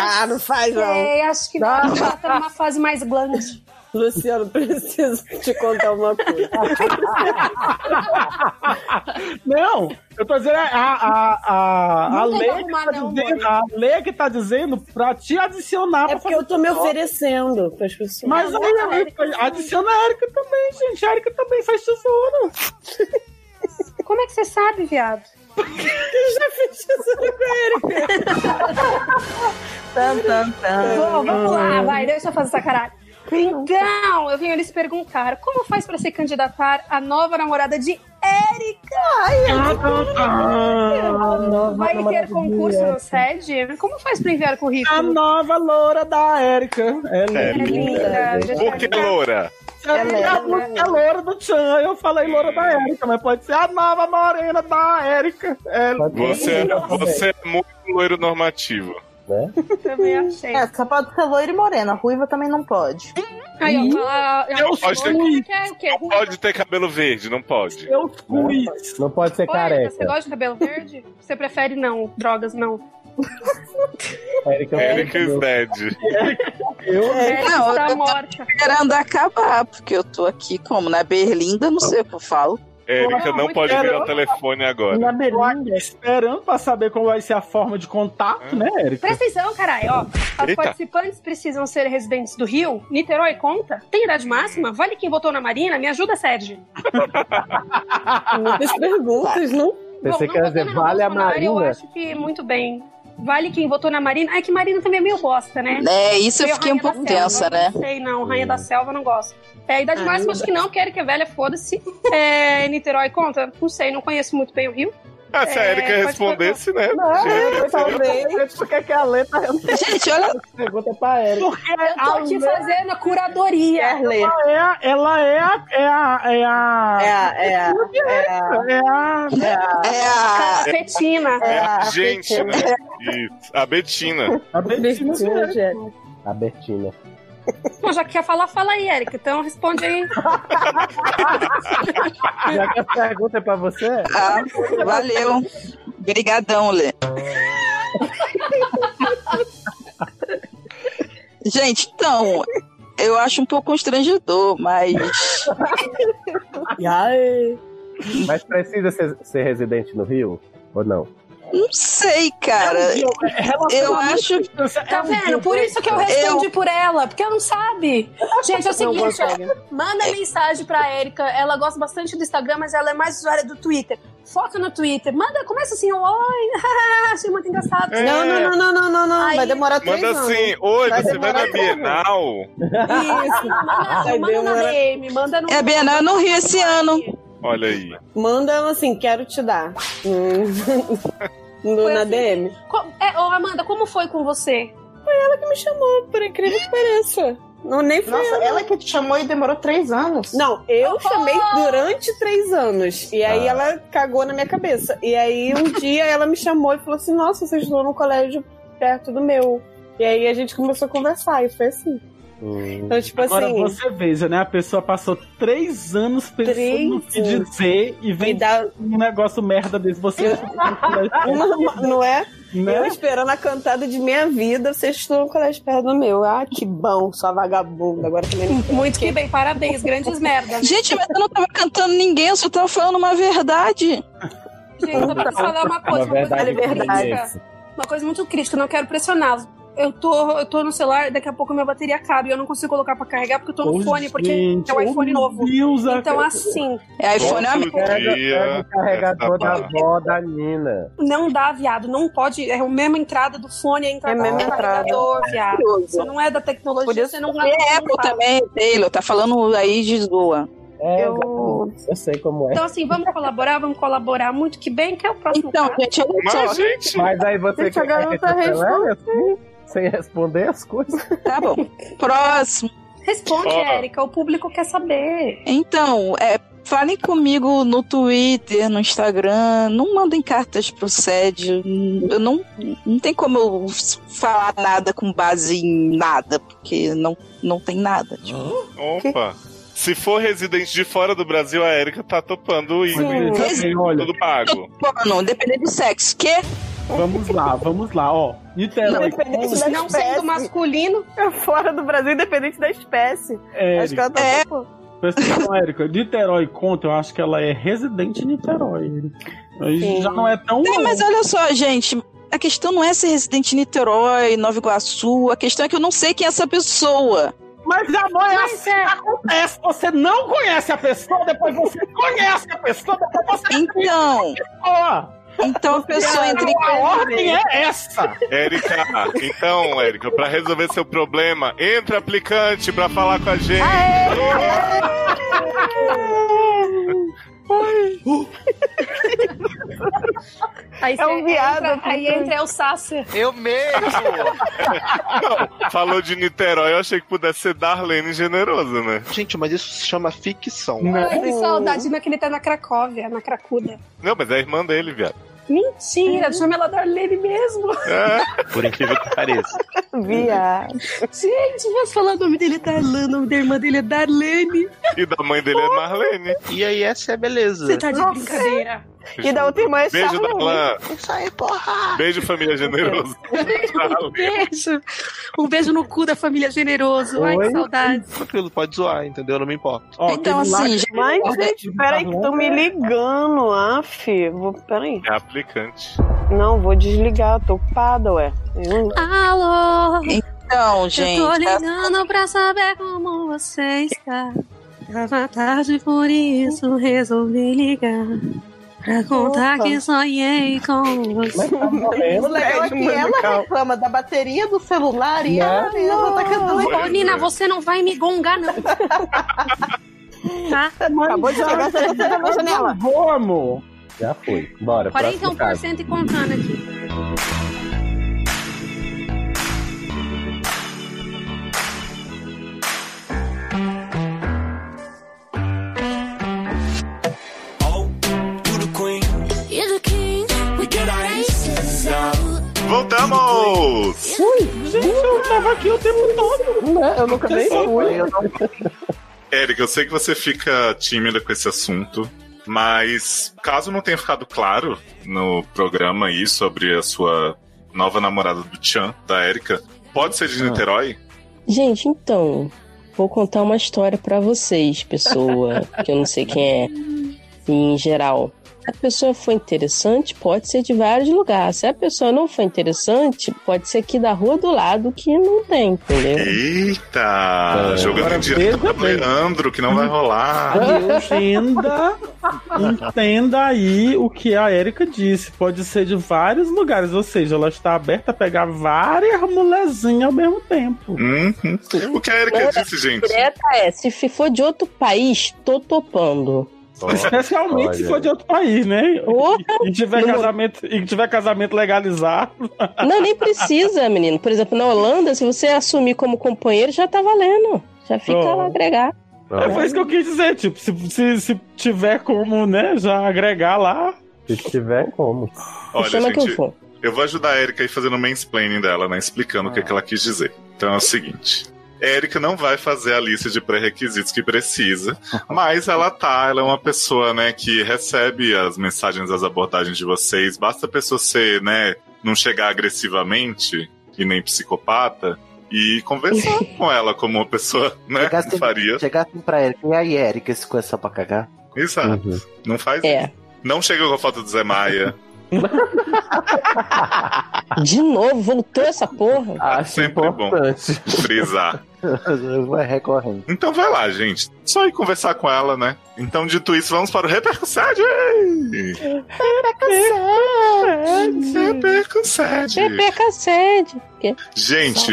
S15: Ah, não faz, não.
S6: Sei, É, acho que não. Ela tá numa fase mais glande.
S15: Luciano, preciso te contar uma coisa.
S11: Não, eu tô dizendo a, a, a, a,
S15: Não tem
S11: lei,
S15: que
S11: que
S15: arrumar,
S11: tá
S15: não,
S11: dizendo, a lei que tá dizendo pra te adicionar.
S15: É porque eu tô me oferecendo pras pessoas.
S11: Mas aí, aí, adiciona a Erika também, gente. A Erika também faz tesoura.
S6: Como é que você sabe, viado?
S15: Eu já fiz tesoura com ele.
S7: Tan, tan, tan.
S6: Bom, vamos lá, vai, deixa eu fazer essa caralho. Então, eu venho lhes perguntar como faz pra se candidatar à nova namorada de Érica?
S15: Ah.
S6: Vai ter concurso no SED? Como faz pra enviar currículo?
S11: A nova loura da Erika. Ela
S1: É
S11: é
S1: linda.
S11: linda.
S1: Por que loura?
S11: É a
S7: né?"
S11: música loura do Chan, eu falei loura da Erika, mas pode ser a nova morena da Erika. É,
S1: Tá Você, você é muito loiro normativo.
S6: Também achei.
S7: É, só pode ser loira e morena. Ruiva também não pode.
S6: Aí, ó, fala-
S1: Eu
S6: fala-
S1: acho que-
S6: Como é que é o quê?
S1: Não pode ter cabelo verde, não pode.
S11: Eu fui.
S4: Não pode ser
S6: Oi, Erika, você
S4: careca.
S6: gosta de cabelo verde? Você prefere não, drogas não.
S4: Erika
S1: Eric is dead.
S11: Eu
S6: Érica
S10: Não, eu-
S6: está
S10: eu tô
S6: morta.
S10: esperando acabar, porque eu tô aqui como? Na Berlinda, não sei o que eu falo.
S1: Erika não
S11: muito
S1: pode virar o
S11: garoto.
S1: telefone
S2: é
S1: agora.
S11: Berlinda. Esperando pra saber qual vai ser a forma de contato, né, Erika?
S6: Presta atenção, caralho. Ó, as
S11: Eita.
S6: participantes precisam ser residentes do Rio? Niterói conta? Tem idade máxima? Vale quem votou na Marina? Me ajuda, Sérgio.
S15: Muitas perguntas, não?
S4: Pensei que ia dizer, vale a
S6: Eu
S4: Marina.
S6: acho que muito bem. Vale quem votou na Marina. É que Marina também é meio bosta, né?
S10: É, isso eu
S6: Meio
S10: fiquei um
S6: rainha da
S10: pouco
S6: selva,
S10: tensa, né?
S6: Não sei, não. Rainha da selva, não gosto. É, idade
S10: Ah,
S6: máxima,
S10: não
S6: acho que não. Quero que é velha, foda-se. É, Niterói conta? Não sei, não conheço muito bem o Rio.
S1: Ah, se a Erika respondesse, né?
S4: Não, talvez. Por que que a Lê tá...
S7: É,
S11: é
S7: Gente, olha...
S4: Pergunta pra Erika.
S11: Porque
S4: Eu
S6: É, Tô aqui fazendo a curadoria, Arlê.
S11: Ela é, a- ela é a. É a.
S6: É
S11: É a.
S6: a- é a- é a-
S11: É a.
S2: tipo
S6: É a- é a-
S10: Ah.
S6: Cafetina.
S1: É a
S6: É,
S1: gente, né? Isso. A Betina.
S11: A
S2: né?
S11: Betina.
S4: A Bertina.
S6: Bom, já que quer falar, fala aí, Érica. Então responde <laughs> aí.
S4: Já que a pergunta é pra você?
S7: Ah, valeu. Obrigadão, Lê. Gente, então, eu acho um pouco constrangedor, mas.
S4: Mas precisa ser, ser residente no Rio? Ou não?
S7: Não sei, cara. Eu acho.
S6: Tá vendo? Por isso que eu respondi por ela, porque eu não sabe. Gente, é o
S7: Não
S6: seguinte,
S7: consegue.
S6: ó, manda mensagem pra Erika. Ela gosta bastante do Instagram, mas ela é mais usuária do Twitter. Foca no Twitter. Manda, começa assim, oi, <laughs> achei muito engraçado.
S1: É. Não, não, não,
S2: não, não, não, não.
S6: Aí,
S2: Vai demorar três
S1: Manda
S2: anos.
S1: assim, oi, você vai na
S2: demorar três anos.
S1: Bienal?
S6: <laughs> Isso, manda,
S2: Vai
S6: manda na
S2: demorar.
S6: DM, manda no...
S2: É, Bienal no Rio esse
S7: ano.
S1: Olha aí.
S2: Manda assim, quero te
S10: <laughs>
S2: dar. Hum. no,
S10: assim.
S2: na DM.
S6: Co- É, ô, Amanda, como foi com você?
S2: Foi ela que me chamou, por incrível que pareça. Não, nem foi
S18: Nossa,
S2: ela.
S18: ela que te chamou e demorou três anos.
S2: Não, eu chamei durante três anos. E aí
S18: Ah.
S2: ela cagou na minha cabeça. E aí um dia ela me chamou e falou assim: Nossa, você estudou num colégio perto do meu. E aí a gente começou a conversar. E foi assim. Então, tipo
S11: Agora
S2: assim.
S11: você veja, né? A pessoa passou três anos pensando
S2: Três
S11: no que dizer e vem um negócio merda desse. Você. <laughs>
S2: Uma- uma- não é?
S11: Né?
S2: Eu esperando a cantada de minha vida, você estudou no colégio perto do meu. Ah, que bom, sua vagabunda. Agora também não
S6: Muito que bem, parabéns, grandes merdas.
S7: Gente, mas eu não tava cantando ninguém, eu só tava falando uma verdade.
S6: Gente, eu preciso falar uma coisa,
S7: Uma
S6: uma, coisa muito
S7: verdade
S6: crítica. Uma coisa muito crítica, não quero pressioná-los. Eu tô, eu tô no celular, daqui a pouco minha bateria acaba e eu não consigo colocar pra carregar porque eu tô no
S11: Ô,
S6: fone, porque
S11: gente,
S6: é um iPhone
S11: ô,
S6: novo.
S11: Deus,
S6: então,
S11: a-
S6: assim.
S7: É
S4: Pega, pega o carregador
S1: essa
S4: da avó da Nina.
S6: Não dá, viado. Não pode. É a mesma entrada do fone, é a entrada
S7: É a mesma
S6: do carregador, viado. Isso não é da tecnologia, você não
S7: É Apple também, Taylor, tá falando aí de zoa.
S4: É,
S6: Eu-
S4: eu sei como é.
S6: Então, assim, vamos colaborar, vamos colaborar. Muito que bem, que é o próximo. Então,
S7: gente, eu
S4: Mas aí você
S6: Gente, a garota
S4: quer que eu
S6: responde.
S4: acelere assim, sem responder as coisas.
S7: Tá bom. Próximo.
S6: Responde,
S7: Ó.
S6: Érica. O público quer saber.
S7: Então, é, falem comigo no Twitter, no Instagram, não mandem cartas pro SED. Eu não, não tem como eu falar nada com base em nada, porque não, não tem nada. tipo.
S1: Opa. Se for residente de fora do Brasil, a Erika tá topando e tudo pago.
S7: Mano, dependendo do sexo. Que?
S11: Vamos lá, vamos lá, ó. Nutella.
S2: Independente da
S6: Não
S2: espécie.
S6: sendo masculino.
S2: Fora do Brasil, independente da espécie.
S11: É,
S2: Acho que ela tá
S7: é.
S11: Presta atenção, Érica. Niterói conta, eu acho que ela é residente de Niterói. Aí já não é tão.
S7: Não, Tá, mas olha só, gente. A questão não é ser residente de Niterói, Nova Iguaçu. A questão é que eu não sei quem é essa pessoa.
S11: Mas a mãe assim
S2: é.
S11: que acontece. Você não conhece a pessoa, depois você conhece a pessoa, depois você
S7: Então. Então a pessoa entra em
S11: A ordem é essa.
S1: Érica, então, Érica, pra resolver seu problema, entra aplicante pra falar com a gente.
S6: Aí
S2: é um viado.
S6: entra- aí entra é o Sasser.
S3: Eu mesmo!
S1: Não, falou de Niterói, eu achei que pudesse ser Darlene generosa, né?
S3: Gente, mas isso se chama ficção.
S6: Ai, que saudade naquele tá na Cracóvia, na Cracuda.
S1: Não, mas é a irmã dele, viado.
S6: Mentira, chama ela Darlene mesmo.
S1: É,
S3: Por incrível que pareça.
S6: Viado. Gente, vai falar o nome dele é Darlan, o nome da irmã dele é Darlene.
S1: E da mãe dele é Marlene.
S3: E aí, essa é a beleza.
S6: Você tá de brincadeira.
S2: E da outra irmã é
S1: Beijo,
S2: Charlene.
S1: Darlan.
S2: Isso aí, porra.
S1: Beijo, família generosa.
S6: Um beijo. Um beijo no cu da família generoso. Ai, que saudade.
S3: Tranquilo, pode zoar, entendeu? Eu Não me importo.
S2: Então, assim, gente. Mas,
S11: é
S2: gente, peraí, que estão me
S11: né?
S2: ligando, af. Vou, peraí.
S1: É aplicante.
S2: Não, vou desligar, eu tô ocupada, ué. Eu-
S6: Alô?
S7: Então,
S2: gente,
S6: Eu tô
S2: tá-
S6: ligando pra saber como você está. Tava tarde, por isso resolvi ligar. Pra contar
S18: Opa.
S6: que sonhei com você.
S18: O legal é que ela reclama da bateria do celular e
S6: Não,
S18: ela mesma tá cantando.
S6: Ô, Nina, você não vai me gongar, não. tá?
S2: Acabou de chegar, você tá na minha janela.
S11: Vou, amor.
S4: Já foi. Bora, é
S1: então,
S6: um
S4: próximo
S19: 41%
S4: caso.
S19: e contando aqui.
S20: You're the king. We get our aces out.
S1: Voltamos!
S11: Ui, gente, eu tava aqui o tempo todo.
S4: Não, eu nunca nem fui.
S1: Érica, eu sei que você fica tímida com esse assunto, mas caso não tenha ficado claro no programa aí sobre a sua nova namorada do Chan, da Érica, pode ser de Niterói?
S2: Gente, então, vou contar uma história pra vocês, pessoa que eu não sei quem é, em geral. Se a pessoa for interessante, pode ser de vários lugares. Se a pessoa não for interessante, pode ser aqui da rua do lado que não tem, entendeu?
S1: Eita!
S2: É.
S1: Jogando
S2: Agora
S1: em direto
S2: veja
S1: com o Leandro, que não vai rolar.
S11: Entenda, entenda aí o que a Erika disse. Pode ser de vários lugares, ou seja, ela está aberta a pegar várias molezinhas ao mesmo tempo.
S1: Uhum. O que a Erika disse, gente?
S2: Direta é, se fi- for de outro país, tô topando.
S11: Especialmente se for de outro país, né? E, e tiver casamento, e tiver casamento legalizado.
S2: Não, nem precisa, menino. Por exemplo, na Holanda, se você assumir como companheiro, já tá valendo. Já fica
S11: Pronto.
S2: lá agregar.
S11: É, foi isso que eu quis dizer, tipo, se, se, se tiver como, né, já agregar lá.
S4: Se tiver como.
S1: Olha,
S11: Chama que eu
S1: gente,
S11: vou.
S1: eu vou ajudar a Erika aí fazendo o mansplaining dela, né? Explicando o que, que ela quis dizer. Então é o seguinte. Erika não vai fazer a lista de pré-requisitos que precisa, mas ela tá, ela é uma pessoa, né, que recebe as mensagens, as abordagens de vocês. Basta a pessoa ser, né, não chegar agressivamente e nem psicopata e conversar com ela como uma pessoa, né, faria.
S3: Chegar assim pra Erika. E aí, Erika, esse coisa só pra cagar?
S1: Exato. Não faz
S2: É.
S1: isso. Não chega com a foto do Zé Maia.
S2: De novo, voltou essa porra.
S1: Ah, Sempre bom frisar.
S3: É recorrente.
S1: Então vai lá, gente. Só ir conversar com ela, né? Então, dito isso, vamos para o Repercussade!
S2: É,
S1: Repercussade!
S2: Repercussade!
S1: Gente,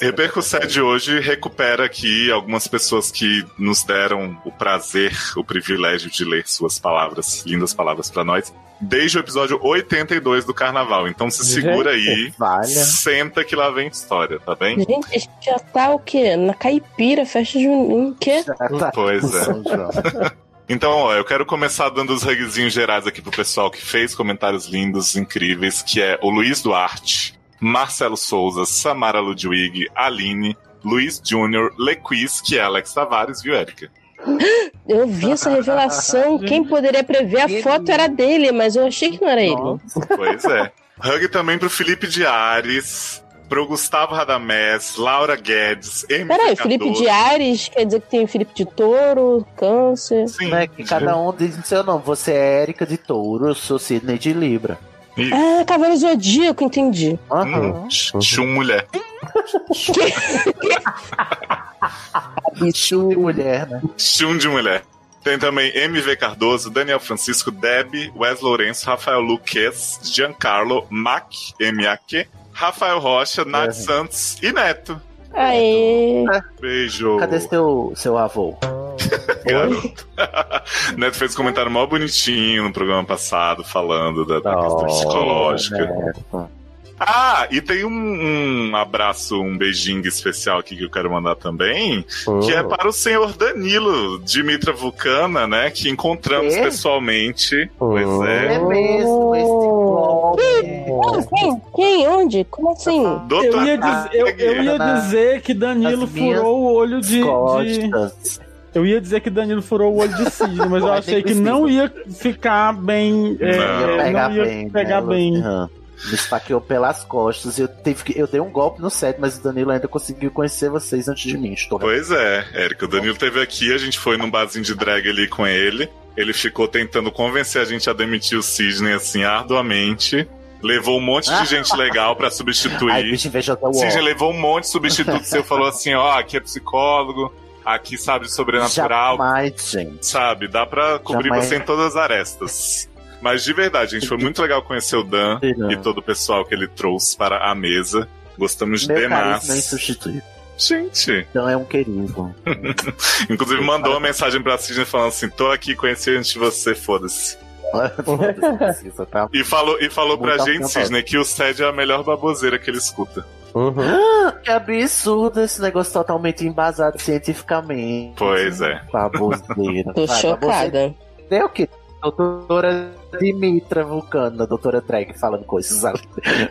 S1: Repercussade hoje recupera aqui algumas pessoas que nos deram o prazer, o privilégio de ler suas palavras, lindas palavras pra nós, desde o episódio 82 do Carnaval. Então se segura aí,
S2: Gente, valha.
S1: senta que lá vem história, tá bem?
S2: Gente, a gente já tá o quê? Na caipira, festa junina, o quê?
S1: Pois é. Então, ó, eu quero começar dando os rugzinhos gerais aqui pro pessoal que fez comentários lindos, incríveis, que é o Luiz Duarte, Marcelo Souza, Samara Ludwig, Aline, Luiz Júnior, Lequiz, que é Alex Tavares, viu, Érica?
S2: Eu vi essa revelação. Quem poderia prever a foto era dele, mas eu achei que não era ele.
S1: Pois
S3: <laughs>
S1: é. Hug também pro Felipe de Ares, pro Gustavo Radamés, Laura Guedes, MV
S2: Peraí, Felipe de Ares quer dizer que tem Felipe de Touro, Câncer.
S1: Sim.
S3: Né, que cada um diz o seu nome. Você é Érica de Touro, eu sou Sidney de Libra.
S2: Ah, Cavaleiro Zodíaco, entendi.
S3: Uhum.
S1: Hum, Tchum mulher.
S3: Bicho
S2: Hum.
S3: de mulher, né?
S1: Chum de mulher. Tem também MV Cardoso, Daniel Francisco, Deb, Wes Lourenço, Rafael Luquez, Giancarlo, Mac, M-A-Q, Rafael Rocha, Nath Santos e Neto.
S2: Aê!
S1: Beijo.
S3: Cadê seu, seu avô?
S1: Garoto. <laughs> Neto fez um comentário mó bonitinho no programa passado, falando da, da questão psicológica. Ah, e tem um, um abraço, um beijinho especial aqui que eu quero mandar também, que é para o senhor Danilo Dimitra Vulcana, né? Que encontramos
S3: Quê?
S1: pessoalmente. Pois é.
S3: É mesmo, esse
S2: Oh.
S3: golpe.
S2: Ah, Quem? Quem? Onde? Como assim?
S11: Eu ia, diz- eu- eu ia dizer que Danilo
S3: Nas minhas
S11: furou o olho de, de.
S3: costas.
S11: Eu ia dizer que Danilo furou o olho de Sidney, mas eu
S3: Vai
S11: achei
S3: ter
S11: que
S3: que
S11: não ia ficar bem. é,
S3: Não ia pegar
S11: não ia
S3: bem,
S11: pegar
S3: né,
S11: bem.
S3: Luciano? Me esfaqueou pelas costas. Eu, tive que- eu dei um golpe no set, mas o Danilo ainda conseguiu conhecer vocês antes de mim. Estou
S1: Pois é, Érica. O Danilo teve aqui, a gente foi num barzinho de drag ali com ele. Ele ficou tentando convencer a gente a demitir o Sidney, assim, arduamente. Levou um monte de gente legal pra substituir.
S3: Ah. <laughs> Ai, bicho é invejosa,
S1: Sidney
S3: uó.
S1: levou um monte de substituto seu, falou assim, ó, aqui é psicólogo, aqui sabe de sobrenatural.
S3: Jamais, gente.
S1: Sabe, dá pra cobrir
S3: Jamais.
S1: você em todas as arestas. Mas de verdade, gente, foi muito legal conhecer o Dan
S3: É.
S1: e todo o pessoal que ele trouxe para a mesa. Gostamos
S3: Meu
S1: demais.
S3: carisma é insubstituível.
S1: Gente.
S3: Então é um querido.
S1: Inclusive mandou uma mensagem pra Sidney falando assim: tô aqui conhecendo antes de você, foda-se.
S3: Foda-se, Cissa,
S11: <laughs>
S3: tá?
S1: E falou, e falou pra
S3: Muito
S1: gente,
S3: afrontado.
S1: Cisne, que o Sed é a melhor baboseira que ele escuta.
S3: Ah, Que absurdo esse negócio totalmente embasado cientificamente.
S1: Pois é.
S3: Baboseira.
S1: Tô
S2: chocada.
S3: É o quê? Doutora Dimitra Vulcano, a doutora Drag falando coisas <laughs> a,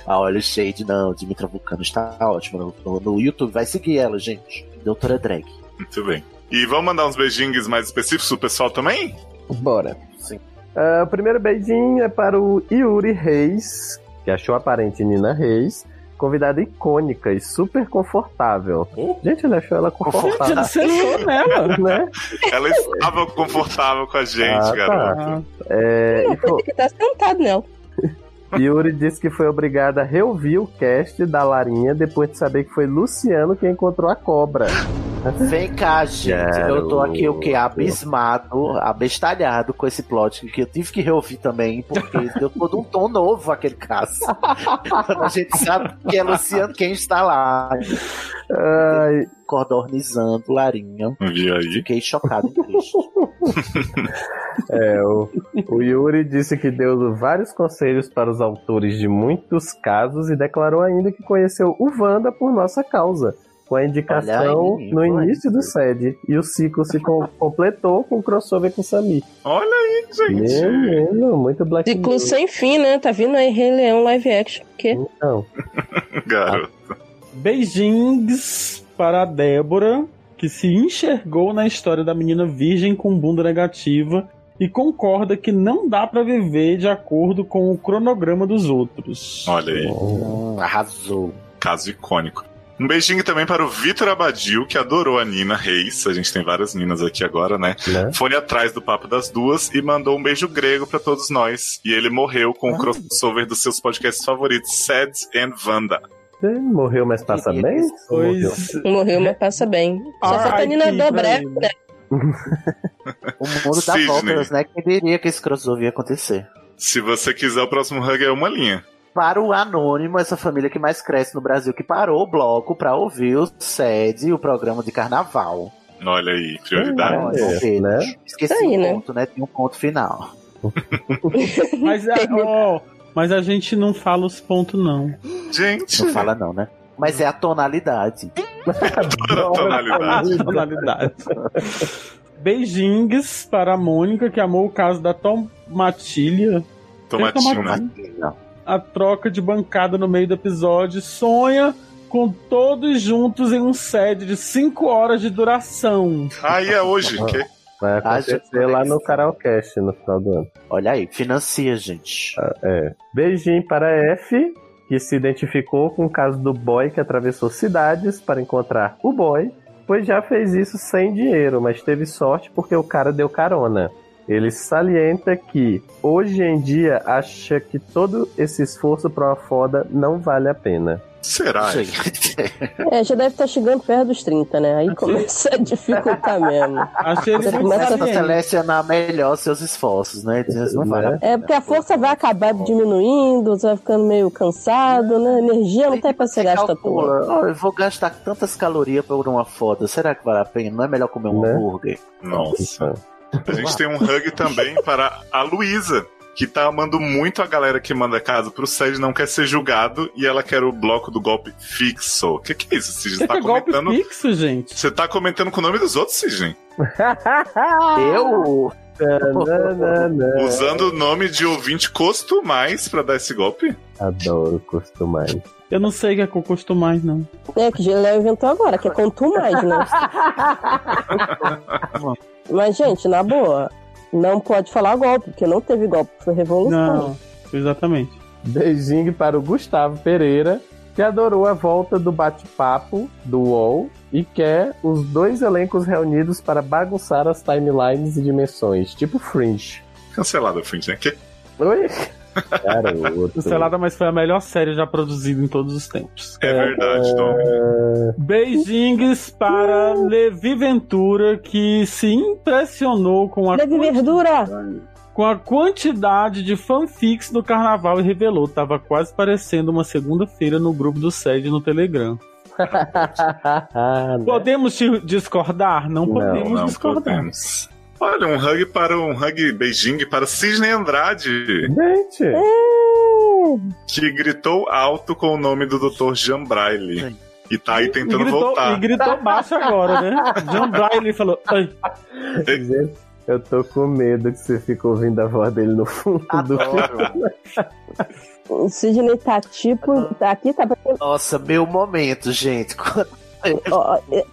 S3: a olho cheio de não, Dimitra Vulcano está ótima no, no- no YouTube. Vai seguir ela, gente. Doutora Drag.
S1: Muito bem. E vamos mandar uns beijinhos mais específicos pro pessoal também?
S4: Bora.
S3: Sim.
S4: Ah, o primeiro beijinho é para o Yuri Reis, que achou a parente Nina Reis. Convidada icônica e super confortável.
S1: Oh.
S4: Gente, ele achou ela confortável.
S1: Gente, ele sentou
S11: nela.
S4: <laughs> né?
S1: Ela
S4: <laughs>
S1: estava confortável com a gente,
S4: Ah, tá.
S1: garoto.
S4: É,
S2: Não,
S4: e co-
S2: tem que estar tá sentado nela.
S4: Yuri disse que foi obrigada a reouvir o cast da Larinha depois de saber que foi Luciano quem encontrou a cobra.
S3: Vem cá, gente. Eu tô aqui o que? Abismado, abestalhado com esse plot que eu tive que reouvir também, porque deu todo um tom novo aquele caso. <laughs> Quando a gente sabe que é Luciano quem está lá. Cordornizando Larinha.
S1: E aí?
S3: Fiquei chocado.
S4: É, o, o Yuri disse que deu vários conselhos para os autores de muitos casos e declarou ainda que conheceu o Wanda por nossa causa, com a indicação
S3: Olha aí,
S4: no início do SED. E o ciclo se com- completou com o crossover com o Sami.
S1: Olha aí, gente.
S4: Menino, muito Black
S2: Ciclo
S4: Mirror.
S2: sem fim, né? Tá vindo aí Rei Leão live action, porque
S4: Não.
S1: Garoto.
S11: Beijinhos para a Débora, que se enxergou na história da menina virgem com bunda negativa e concorda que não dá pra viver de acordo com o cronograma dos outros.
S1: Olha aí.
S4: Então,
S3: arrasou.
S1: Caso icônico. Um beijinho também para o Vitor Abadil, que adorou a Nina Reis. A gente tem várias Ninas aqui agora, né? Foi atrás do Papo das Duas e mandou um beijo grego para todos nós. E ele morreu com o crossover dos seus podcasts favoritos, Sad and Wanda.
S4: Ele né? morreu, mas passa bem?
S1: Pois-
S2: morreu, mas passa bem. Só
S4: Ai,
S2: falta a Nina
S4: que
S2: Dobrev,
S4: pra
S2: né?
S3: O mundo dá
S1: Sidney.
S3: voltas, né? Quem diria que esse crossover ia acontecer?
S1: Se você quiser, o próximo hug é uma linha.
S3: Para o Anônimo, essa família que mais cresce no Brasil, que parou o bloco pra ouvir o SED e o programa de carnaval.
S1: Olha aí, prioridade.
S3: Olha, gente, Esqueci
S1: Isso aí,
S3: o
S1: né?
S3: ponto, né? Tem um ponto final.
S11: Mas, a, ó, mas a gente não fala os pontos, não.
S1: Gente.
S3: Não fala não, né? Mas é a tonalidade.
S1: Tonalidade.
S11: Tonalidade. Beijinhos para a Mônica, que amou o caso da tomatilha.
S1: Tomatina.
S11: A troca de bancada no meio do episódio. Sonha com todos juntos em um sede de 5 horas de duração.
S1: Aí é hoje,
S4: que- Vai acontecer lá no Caralcast no final do ano.
S3: Olha aí, financia, gente.
S4: É. Beijinho para a F, que se identificou com o caso do boy que atravessou cidades para encontrar o boy, pois já fez isso sem dinheiro, mas teve sorte porque o cara deu carona. Ele salienta que hoje em dia acha que todo esse esforço para uma foda não vale a pena.
S1: Será?
S2: É, já deve estar chegando perto dos 30, né? Aí começa a dificultar mesmo.
S3: Você começa
S2: assim,
S3: a selecionar melhor seus esforços, né? Diz, Não né?" vale a
S2: É porque a força vai acabar diminuindo, você vai ficando meio cansado, né? A energia não tá aí pra ser gasta à
S3: Pula,
S2: toa.
S3: ó, eu vou gastar tantas calorias por uma foda. Será que vale a pena? Não é melhor comer um hambúrguer?
S1: Nossa. A gente tem um hug também para a Luísa, que tá amando muito a galera que manda caso pro Sede, não quer ser julgado e ela quer o bloco do golpe fixo. O que, que é isso, Sidney? Você
S11: Que
S1: tá
S11: que é golpe
S1: comentando.
S11: fixo, gente?
S1: Você tá comentando com o nome dos outros, Sidney?
S2: Ah.
S3: Eu?
S1: <laughs> Usando o nome de ouvinte costumais pra dar esse golpe?
S4: Adoro costumar.
S11: Eu não sei o que é que eu custo mais, não.
S2: É, que Geleia inventou agora, que é quanto mais, né? Mas, gente, na boa, não pode falar golpe, porque não teve golpe, foi revolução.
S11: Não, exatamente.
S4: Beijinho para o Gustavo Pereira, que adorou a volta do bate-papo do UOL e quer os dois elencos reunidos para bagunçar as timelines e dimensões, tipo Fringe.
S1: Cancelado, Fringe, né? Que...
S4: Oi? Garoto.
S11: Cancelada, mas foi a melhor série já produzida em todos os tempos.
S1: É verdade, Tom.
S11: Beijinhos para Levi Ventura, que se impressionou com a. Com a quantidade de fanfics do carnaval e revelou, tava quase parecendo uma segunda-feira no grupo do SED no Telegram.
S1: Né?
S4: Ah,
S11: Podemos te discordar? Não, podemos
S1: não
S11: discordar.
S1: podemos. Olha, um hug para um hug beijinho para Cisne Andrade.
S4: Gente!
S1: Que gritou alto com o nome do Dr. Jean Braille. E tá aí
S11: E
S1: tentando
S11: gritou,
S1: voltar.
S11: e gritou baixo agora, né? John Bryan falou. Ai.
S4: Gente, eu tô com medo que você fique ouvindo a voz dele no fundo
S3: Ah,
S4: do
S3: tá.
S2: O Sidney tá tipo. tá aqui tá parecendo.
S3: Nossa, meu momento, gente. Quando-
S2: ó, é-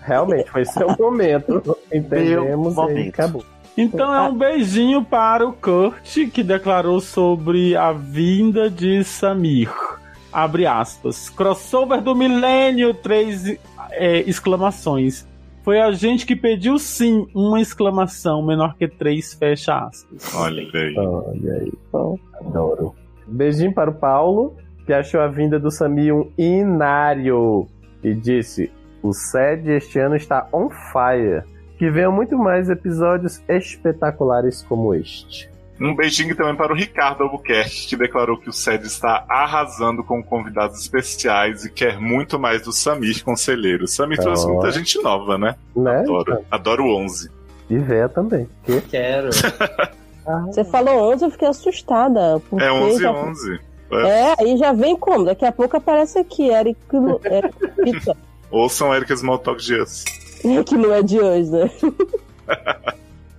S4: Realmente, foi seu momento. Entendemos
S11: Meu
S4: e
S11: momento.
S4: acabou.
S11: Então é um beijinho para o Kurt, que declarou sobre a vinda de Samir. Abre aspas. Crossover do milênio, três é, exclamações. Foi a gente que pediu sim, uma exclamação, menor que três, fecha aspas.
S1: Olha aí.
S4: Olha aí. Adoro. Um Beijinho para o Paulo, que achou a vinda do Sami um inário. E disse: o SED este ano está on fire. Que venham muito mais episódios espetaculares como este.
S1: Um beijinho também para o Ricardo Albuquerque, que declarou que o SED está arrasando com convidados especiais e quer muito mais do Samir Conselheiro. O Samir trouxe
S4: Ó.
S1: muita gente nova, né?
S4: Né?
S1: Adoro, adoro o 11.
S4: E Véia também. Que?
S3: Quero.
S2: Você falou 11, eu fiquei assustada. Porque
S1: É 11
S2: já...
S1: 11.
S2: É, aí já vem como? Daqui a pouco aparece aqui, Eric. que não- Eric Pizza. <laughs>
S1: Ouçam Erika Smalltalk de Us.
S2: que não é de hoje, né? <laughs>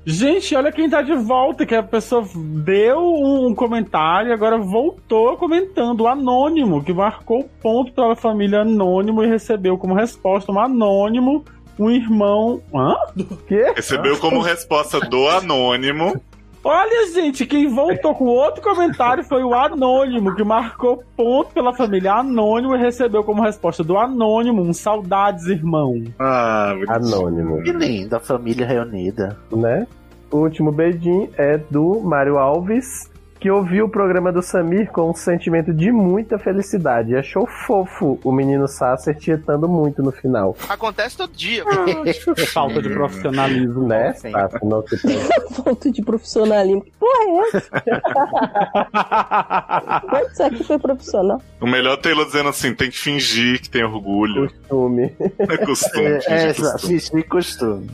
S11: Gente, olha quem tá de volta, que a pessoa deu um comentário e agora voltou comentando. O anônimo, que marcou ponto para a família anônimo e recebeu como resposta um anônimo, um irmão. Hã? Do quê?
S1: Recebeu como resposta do anônimo.
S11: Olha, gente, quem voltou com outro comentário foi o Anônimo, que marcou ponto pela família Anônimo e recebeu como resposta do Anônimo um saudades, irmão.
S1: Ah,
S4: Anônimo.
S3: Que lindo, a família reunida.
S4: né? O último beijinho é do Mário Alves, que ouviu o programa do Samir com um sentimento de muita felicidade. Achou fofo o menino Sasser tietando muito no final.
S21: Acontece todo dia.
S11: Falta de profissionalismo,
S4: né? Sasser, não se preocupe.
S2: Ponto de profissionalismo. Que porra é
S1: <laughs>
S2: essa? Mas isso aqui foi profissional.
S1: O melhor Taylor dizendo assim: tem que fingir que tem orgulho.
S4: Costume.
S1: É costume, fingir
S3: é,
S1: costume.
S3: fingir costume.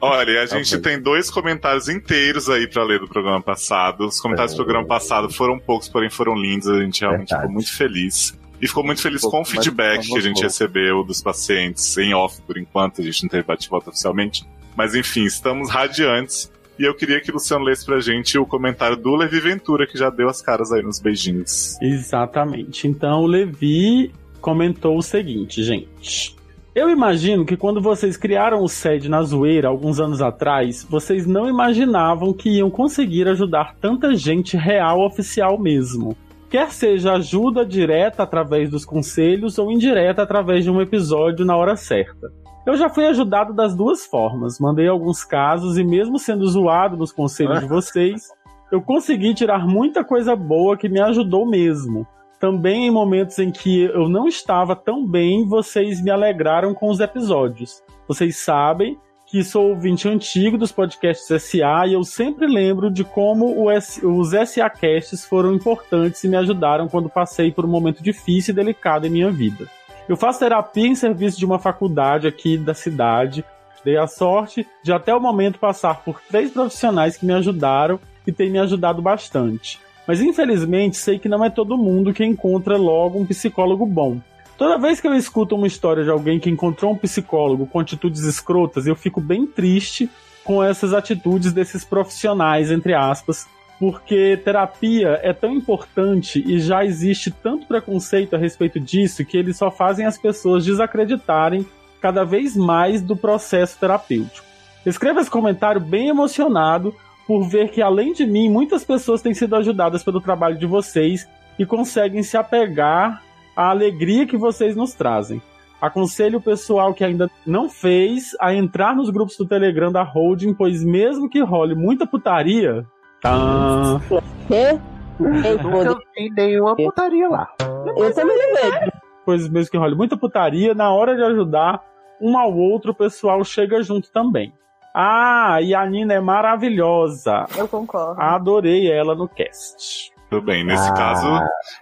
S1: Olha, a gente tem dois comentários inteiros aí pra ler do programa passado. Os comentários do programa passado foram poucos, porém foram lindos. A gente realmente ficou muito feliz. E ficou muito feliz com o
S22: mas
S1: feedback que a
S22: vamos
S1: gente
S22: pouco.
S1: recebeu dos pacientes em off por enquanto. A gente não teve bate-volta oficialmente. Mas enfim, estamos radiantes. E eu queria que o Luciano lesse pra gente o comentário do Levi Ventura, que já deu as caras aí nos beijinhos.
S11: Exatamente. Então o Levi comentou o seguinte, gente. Eu imagino que quando vocês criaram o SED na zoeira alguns anos atrás, vocês não imaginavam que iam conseguir ajudar tanta gente real oficial mesmo. Quer seja ajuda direta através dos conselhos ou indireta através de um episódio na hora certa. Eu já fui ajudado das duas formas. Mandei alguns casos e, mesmo sendo zoado nos conselhos de vocês, eu consegui tirar muita coisa boa que me ajudou mesmo. Também em momentos em que eu não estava tão bem, vocês me alegraram com os episódios. Vocês sabem que sou ouvinte antigo dos podcasts SA e eu sempre lembro de como o S- os SA Casts foram importantes e me ajudaram quando passei por um momento difícil e delicado em minha vida. Eu faço terapia em serviço de uma faculdade aqui da cidade. Dei a sorte de até o momento passar por três profissionais que me ajudaram e têm me ajudado bastante. Mas infelizmente sei que não é todo mundo que encontra logo um psicólogo bom. Toda vez que eu escuto uma história de alguém que encontrou um psicólogo com atitudes escrotas, eu fico bem triste com essas atitudes desses profissionais, entre aspas, porque terapia é tão importante e já existe tanto preconceito a respeito disso que eles só fazem as pessoas desacreditarem cada vez mais do processo terapêutico. Escreva esse comentário bem emocionado por ver que, além de mim, muitas pessoas têm sido ajudadas pelo trabalho de vocês e conseguem se apegar à alegria que vocês nos trazem. Aconselho o pessoal que ainda não fez a entrar nos grupos do Telegram da Holding, pois mesmo que role muita putaria. Tá.
S2: Quê?
S3: Não tem nenhuma putaria lá.
S2: Eu também não vejo.
S11: Pois mesmo que role muita putaria, na hora de ajudar um ao outro, o pessoal chega junto também. Ah, e a Nina é maravilhosa.
S15: Eu concordo.
S11: Adorei ela no cast.
S1: Tudo bem, nesse
S21: Ah.
S1: caso,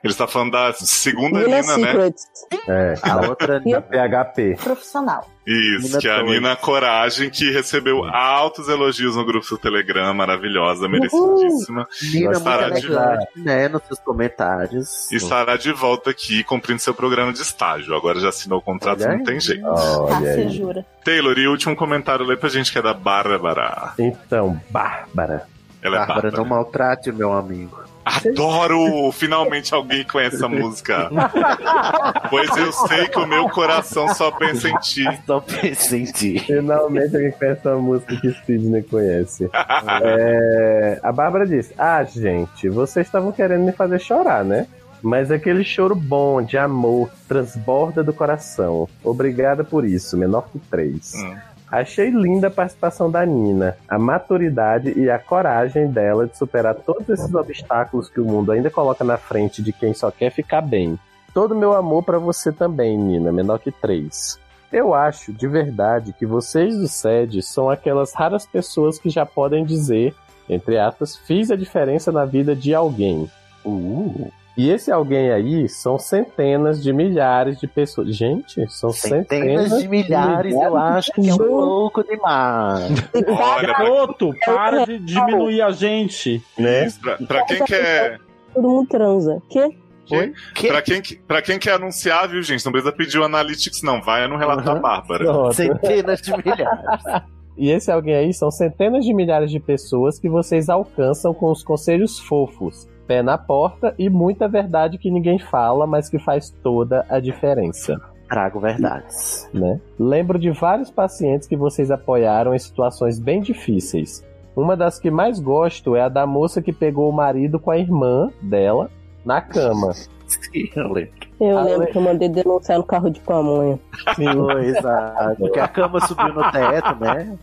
S1: ele está falando da segunda Nina,
S7: Nina
S1: né?
S7: Secrets.
S21: É,
S1: A
S3: outra
S1: Nina.
S21: PHP.
S7: é Profissional.
S1: Isso,
S21: Nina
S1: que é a
S21: Torres.
S1: Nina Coragem, que recebeu altos elogios no grupo do Telegram, maravilhosa, merecidíssima.
S3: Nina, muito
S1: estará, de,
S3: legal, né? Nos seus comentários.
S1: estará de volta aqui cumprindo seu programa de estágio. Agora já assinou o contrato,
S3: Olha
S1: não
S3: aí.
S1: tem jeito.
S21: Olha
S7: tá? Você jura?
S1: Taylor, e o último comentário lê pra gente que é da Bárbara.
S4: Então, Bárbara.
S1: Ela é
S3: Bárbara,
S1: Bárbara.
S3: não maltrate o meu amigo.
S1: Adoro! Finalmente alguém conhece essa
S3: <laughs>
S1: música. pois eu sei que o meu coração só pensa em ti.
S3: Só pensa em ti.
S4: Finalmente alguém conhece uma música que Sidney conhece. É, a Bárbara disse: Ah, gente, vocês estavam querendo me fazer chorar, né? Mas aquele choro bom, de amor, transborda do coração. Obrigada por isso, menor que três. Achei linda a participação da Nina, a maturidade e a coragem dela de superar todos esses obstáculos que o mundo ainda coloca na frente de quem só quer ficar bem. Todo meu amor pra você também, Nina, menor que três. Eu acho, de verdade, que vocês do SED são aquelas raras pessoas que já podem dizer, entre aspas, fiz a diferença na vida de alguém. Uh. E esse alguém aí são centenas de milhares de pessoas. Gente, são centenas,
S3: Centenas de milhares, eu acho que é um pouco demais.
S11: Olha, Garoto, para de diminuir a gente.
S3: É?
S1: Né? Pra, pra quem quer.
S2: Todo mundo transa. Quê?
S1: Quê? Pra, quem, que- pra quem quer anunciar, viu, gente? Não precisa pedir o Analytics, não. Vai no relato da Bárbara.
S4: Pronto. Centenas
S3: de milhares.
S4: E esse alguém aí são centenas de milhares de pessoas que vocês alcançam com os conselhos fofos, pé na porta e muita verdade que ninguém fala, mas que faz toda a diferença.
S3: <laughs> Trago verdades.
S4: Né? Lembro de vários pacientes que vocês apoiaram em situações bem difíceis. Uma das que mais gosto é a da moça que pegou o marido com a irmã dela na cama.
S3: Sim, eu lembro.
S2: Eu
S4: Ah,
S2: lembro
S4: é.
S2: que eu mandei denunciar no carro de pamonha.
S3: Foi, exato. ah, Porque a cama subiu no teto, né?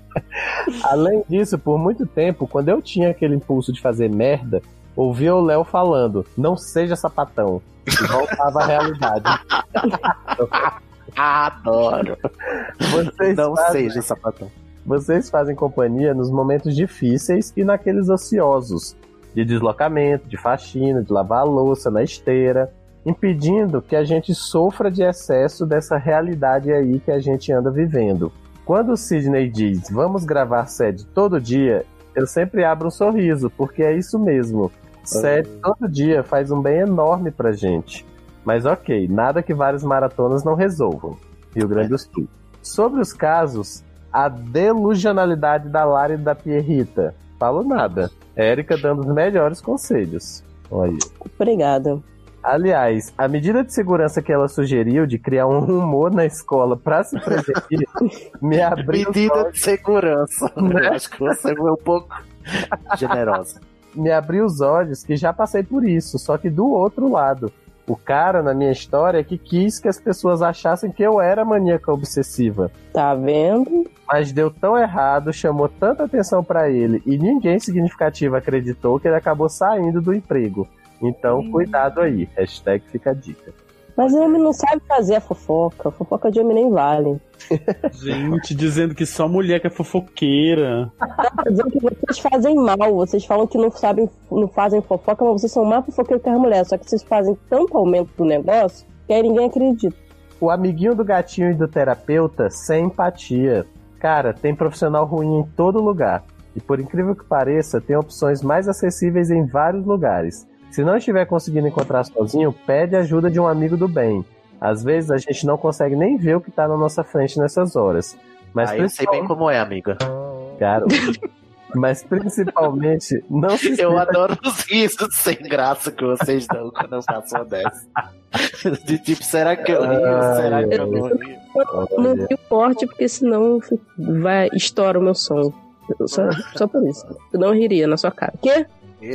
S4: Além disso, por muito tempo, quando eu tinha aquele impulso de fazer merda, ouvia o Léo falando: não seja sapatão. E voltava à realidade.
S3: Adoro.
S4: Vocês
S3: Não
S4: fazem-
S3: seja sapatão.
S4: Vocês fazem companhia nos momentos difíceis e naqueles ociosos de deslocamento, de faxina, de lavar a louça na esteira, impedindo que a gente sofra de excesso dessa realidade aí que a gente anda vivendo. Quando o Sidney diz vamos gravar sede todo dia, eu sempre abro um sorriso, porque é isso mesmo. Sede todo dia faz um bem enorme pra gente. Mas ok, nada que várias maratonas não resolvam. Rio Grande do Sul. Sobre os casos, a delusionalidade da Lara e da Pierrita. Falo nada. Érica dando os melhores conselhos. Olha aí.
S2: Obrigada.
S4: Aliás, a medida de segurança que ela sugeriu de criar um rumor na escola pra se prevenir me abriu. os
S3: Medida
S4: olhos.
S3: de segurança.
S4: Né?
S3: <laughs> Eu acho que você foi um pouco generosa.
S4: me abriu os olhos que já passei por isso, só que do outro lado. O cara na minha história é que quis que as pessoas achassem que eu era maníaca obsessiva.
S2: Tá vendo?
S4: Mas deu tão errado, chamou tanta atenção pra ele e ninguém significativo acreditou que ele acabou saindo do emprego. Então, cuidado aí. Hashtag fica a dica.
S2: Mas o homem não sabe fazer a fofoca. A fofoca de homem nem vale.
S11: Gente, dizendo que só mulher que é fofoqueira.
S2: Tá dizendo que vocês fazem mal. Vocês falam que não sabem, não fazem fofoca, mas vocês são mais fofoqueiros que as mulheres. Só que vocês fazem tanto aumento do negócio que aí ninguém acredita.
S4: O amiguinho do gatinho e do terapeuta sem empatia. Cara, tem profissional ruim em todo lugar. E por incrível que pareça, tem opções mais acessíveis em vários lugares. Se não estiver conseguindo encontrar sozinho, pede ajuda de um amigo do bem. Às vezes a gente não consegue nem ver o que tá na nossa frente nessas horas. Mas
S3: Aí eu sei bem como é, amiga.
S4: Cara, mas principalmente não se
S3: Eu
S4: sinta-
S3: adoro os risos sem graça que vocês dão quando eu faço uma dessa. De tipo, será que eu rio? Será que eu não rio?
S2: Não vi forte, porque senão vai, estoura o meu som. Só, só por isso. Eu não riria na sua cara. Quê?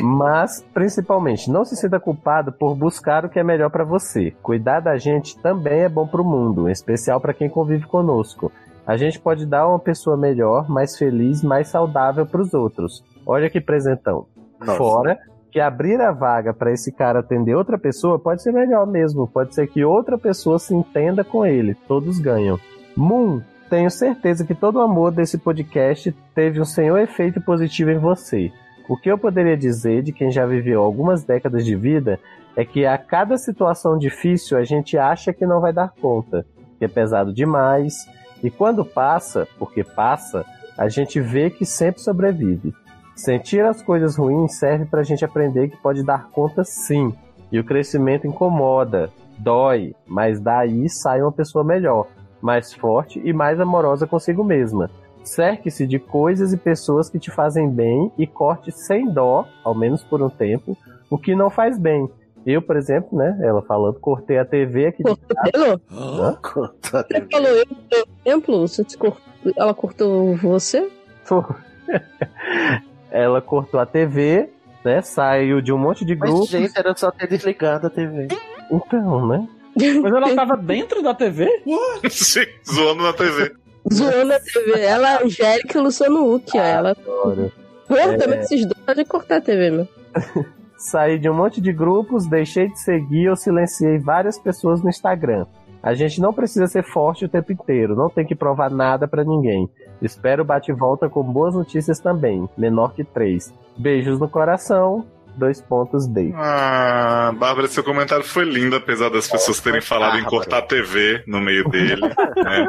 S4: Mas, principalmente, não se sinta culpado por buscar o que é melhor pra você. Cuidar da gente também é bom pro mundo, em especial pra quem convive conosco. A gente pode dar uma pessoa melhor, mais feliz, mais saudável pros outros. Olha que presentão.
S3: Nossa.
S4: Fora que abrir a vaga pra esse cara atender outra pessoa pode ser melhor mesmo. Pode ser que outra pessoa se entenda com ele. Todos ganham. Moon, tenho certeza que todo o amor desse podcast teve um senhor efeito positivo em você. O que eu poderia dizer de quem já viveu algumas décadas de vida é que a cada situação difícil a gente acha que não vai dar conta, que é pesado demais, e quando passa, porque passa, a gente vê que sempre sobrevive. Sentir as coisas ruins serve para a gente aprender que pode dar conta sim, e o crescimento incomoda, dói, mas daí sai uma pessoa melhor, mais forte e mais amorosa consigo mesma. Cerque-se de coisas e pessoas que te fazem bem e corte sem dó, ao menos por um tempo, o que não faz bem. Eu, por exemplo, né? Ela falando, cortei a TV aqui. de
S2: Cortou?
S4: casa. Hã?
S2: Você falou eu, por exemplo? Você te cort- Ela cortou você?
S4: <laughs> Ela cortou a TV, né? Saiu de um monte de
S3: Mas,
S4: grupos.
S3: gente, era só ter desligado a TV.
S4: Então, né?
S2: <laughs>
S11: Mas ela tava dentro da TV?
S1: Sim, zoando na TV.
S2: Zoando a TV. Ela, Angélica e Luciano Huck, ó. Ela. Porra,
S4: É.
S2: também esses dois podem cortar a TV, meu.
S4: Saí de um monte de grupos, deixei de seguir ou silenciei várias pessoas no Instagram. A gente não precisa ser forte o tempo inteiro, não tem que provar nada pra ninguém. Espero o bate-volta com boas notícias também, menor que três. Beijos no coração, dois pontos D.
S1: Ah, Bárbara, seu comentário foi lindo, apesar das pessoas terem falado em cortar a TV no meio dele. né?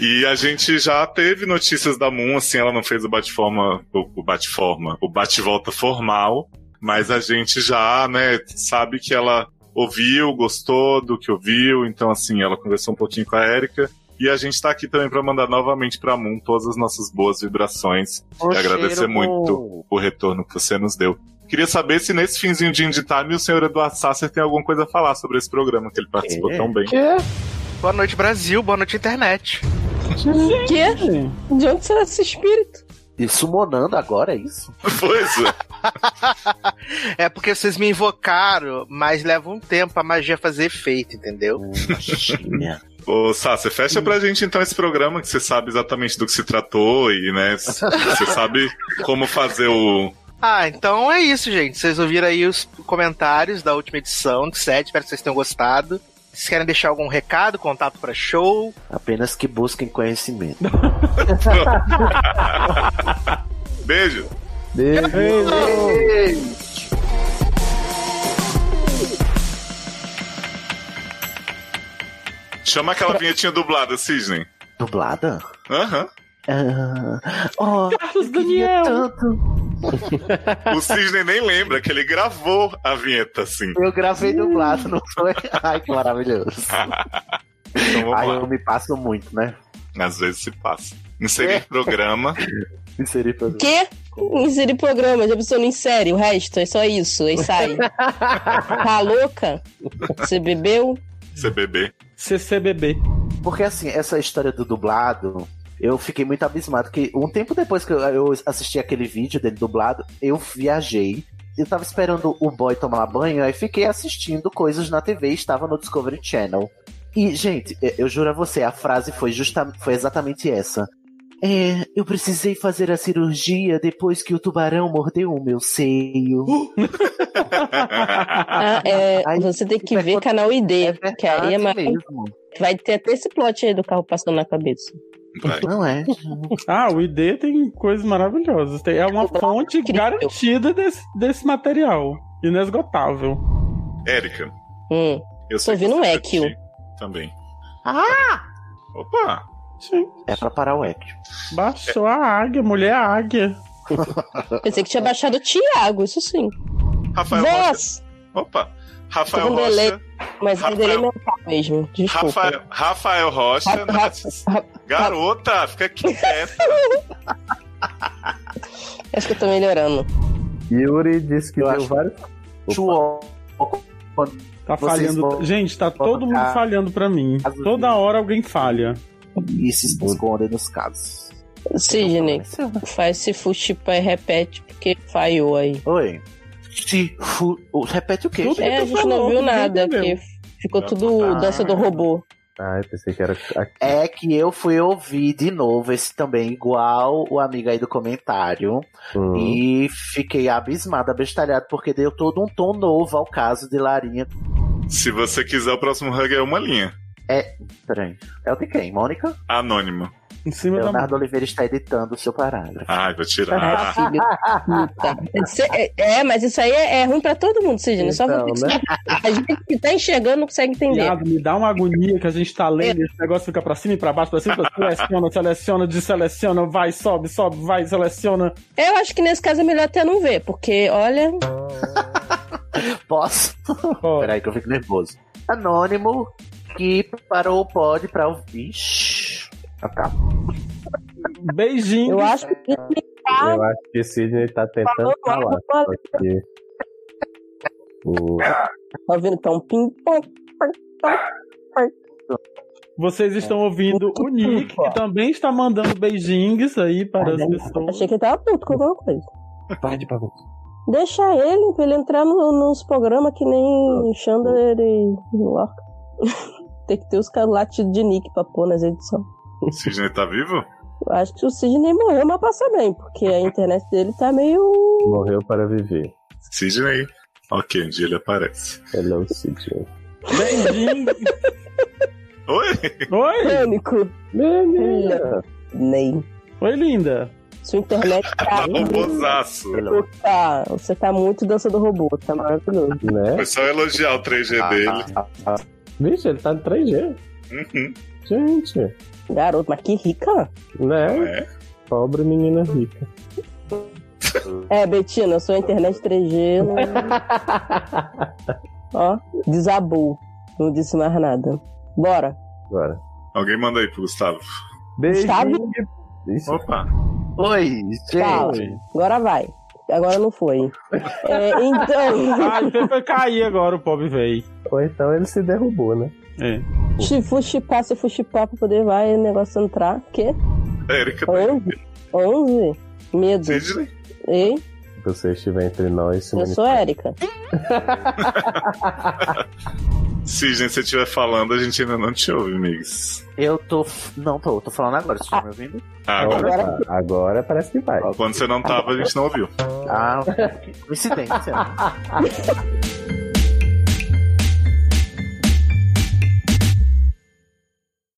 S1: E a gente já teve notícias da Moon, assim, ela não fez o bate-forma, o, o bate-forma, o bate-volta formal, mas a gente já, né, sabe que ela ouviu, gostou do que ouviu, então, assim, ela conversou um pouquinho com a Érica. E a gente tá aqui também pra mandar novamente pra Moon todas as nossas boas vibrações
S3: um
S22: Ô,
S1: e agradecer
S22: cheiro
S1: muito
S22: bom.
S1: o retorno que você nos deu. Queria saber se nesse finzinho de Indie Time o senhor Eduardo Sasser tem alguma coisa a falar sobre esse programa que ele participou tão bem.
S21: Boa noite, Brasil. Boa noite, internet.
S2: Quê? De onde será esse espírito?
S3: Isso monando agora, é isso?
S1: <laughs> Pois é.
S21: É porque vocês me invocaram, mas leva um tempo a magia fazer efeito, entendeu?
S3: Hum,
S1: Ô, Sasser, fecha pra gente então esse programa que você sabe exatamente do que se tratou e, né, s- você sabe como fazer o.
S21: <laughs> Ah, então é isso, gente. Vocês ouviram aí os comentários da última edição de 7. Espero que vocês tenham gostado. Vocês querem deixar algum recado, contato pra show?
S3: Apenas que busquem conhecimento.
S1: Beijo! Chama aquela vinhetinha dublada, Cisne.
S3: Dublada?
S1: Aham.
S3: Ah,
S21: <laughs>
S3: oh, Carlos Daniel! Tanto.
S1: O Cisne nem lembra que ele gravou a vinheta, assim.
S3: Eu gravei dublado, não foi? Ai, que maravilhoso. Ai, eu me passo muito, né?
S1: Então, Às vezes se passa. Inserir programa.
S3: Inserir programa.
S2: Quê? Inserir programa, já pensou, não insere o resto, é só isso, aí <laughs> sai. tá louca? Você bebeu?
S1: CBB.
S3: CCBB. Porque assim, essa história do dublado, eu fiquei muito abismado. Que um tempo depois que eu- eu assisti aquele vídeo dele dublado, eu viajei. Eu tava esperando o boy tomar banho, aí fiquei assistindo coisas na TV, estava no Discovery Channel. E, gente, eu- eu juro a você, a frase foi, justa, foi exatamente essa. É, eu precisei fazer a cirurgia depois que o tubarão mordeu o meu seio.
S2: Uh, Ah, é, você tem
S3: tipo,
S2: que ver canal ID, que aí é mais...
S3: mesmo.
S2: Vai ter até esse plot aí do carro passando na cabeça.
S1: <laughs>
S2: <laughs>
S3: Não é.
S11: Ah, o ID tem coisas maravilhosas. Tem- É uma fonte garantida desse, desse material. Inesgotável.
S1: Érica.
S2: Hum.
S1: Eu
S2: Tô ouvindo um Ekio.
S1: tá Também.
S11: Ah!
S1: Opa!
S3: É pra parar o Ekio.
S11: Baixou a águia, mulher águia.
S2: Pensei que tinha baixado o Thiago, isso sim.
S1: Rafael
S2: Voz!
S1: Opa! Rafael
S2: Tô com
S1: Rocha.
S2: delay, mas é delay mental mesmo, desculpa.
S1: Rafael, Rafael Rocha.
S2: Ra- ra-
S1: Nath. Garota, fica quieta.
S2: Acho É que eu tô melhorando.
S4: Yuri disse que deu vários.
S3: Chuo.
S11: Tá
S4: Vocês
S11: falhando.
S4: vão-
S11: Gente, tá todo mundo
S3: Ah.
S11: falhando pra mim. Toda hora alguém falha.
S3: E se escondem nos casos. Então,
S2: Sidney,
S3: é
S2: faz se fuxipa e repete, porque falhou aí.
S3: Oi. Se fu... o- Repete o quê?
S2: É, a gente não viu nada, porque ficou tudo
S3: Ah.
S2: dança do robô.
S4: Ah, eu pensei que era.
S3: É que eu fui ouvir de novo esse também, igual o amigo aí do comentário.
S4: um- Hum.
S3: E fiquei abismado, abestalhado, porque deu todo um tom novo ao caso de Larinha.
S1: <laughs> Se você quiser, o próximo hug é uma linha.
S3: É. Peraí. É o de quem? Mônica?
S1: Anônimo.
S3: Leonardo Oliveira está editando o seu parágrafo.
S1: Ai, vou
S2: Ah,
S1: tirar.
S2: filho da puta. Cê- é- É, mas isso aí é, é ruim pra todo mundo, Sidney. Só
S11: Então,
S2: você que
S11: né?
S2: A gente que tá enxergando não consegue entender.
S11: Viado, me dá uma agonia que a gente tá
S2: É.
S11: lendo, esse negócio fica pra cima e pra baixo, pra cima, pra baixo, seleciona, seleciona, deseleciona, vai, sobe, sobe, vai, seleciona.
S2: Eu acho que nesse caso é melhor até não ver, porque, olha.
S3: Posso?
S11: Peraí
S3: que eu fico nervoso. Anônimo que parou o pod pra ouvir. Acabou.
S11: Beijinho.
S2: Eu acho que
S4: Eu
S2: Ah.
S4: acho que o Sidney tá tentando falar. Só que... o-
S2: Tá ouvindo que tá um pim pom, pom, pom,
S11: Vocês estão ouvindo o Nick, que também está mandando beijinhos aí para as
S2: pom.
S11: pessoas.
S2: Achei que ele tava puto com alguma coisa.
S11: Vai de bagulho.
S2: Deixa ele, pra ele entrar no- nos programas que nem Xander e Lorca. <laughs> Tem que ter os caras latidos de Nick pra pôr nas edições.
S1: O Sidney tá vivo?
S2: Eu acho que o Sidney morreu, mas passa bem, porque a internet dele tá meio.
S4: Morreu para viver.
S1: Sidney. Ok, um dia ele aparece.
S4: Hello, é Sidney.
S1: Oi?
S11: Oi?
S2: Pânico. é
S4: Menina.
S2: Nem.
S11: Oi, linda.
S2: Sua internet
S1: <laughs>
S2: tá.
S1: um Robosaço.
S4: é
S2: Tá, você tá muito dança do robô, tá maravilhoso.
S1: Foi só elogiar o 3G
S2: Tá,
S1: dele.
S4: Vixe, ele tá no 3G.
S1: Uhum.
S4: Gente.
S2: Garoto, mas que rica.
S4: Né?
S1: É.
S4: Pobre menina rica.
S2: É, Betina, eu sou internet 3G. não- Ó, desabou. Não disse mais nada. Bora.
S4: Agora.
S1: Alguém manda aí pro Gustavo.
S4: Beijo.
S2: Sabe?
S1: Opa.
S3: Oi,
S2: Fala.
S3: gente.
S2: Agora vai. Agora não foi. É,
S11: <laughs> Ah,
S2: então,
S11: então vai cair agora o pobre véi.
S4: Ou então ele se derrubou, né?
S11: É.
S2: se fuxipar, se fuxipar pra poder vai, o negócio entrar. Quê?
S1: Erika.
S2: 11? 11? Medo. Ei,
S4: Se você estiver entre nós, se
S2: eu sou Érica.
S1: Sidney, se você estiver falando, a gente ainda não te ouve, amigos.
S3: Eu tô. f- Não, tô, tô falando agora, vocês estão me ouvindo?
S1: Ah, agora.
S4: Agora, agora parece que vai.
S1: Quando você não tava, a gente não ouviu.
S3: Ah, coincidência. né?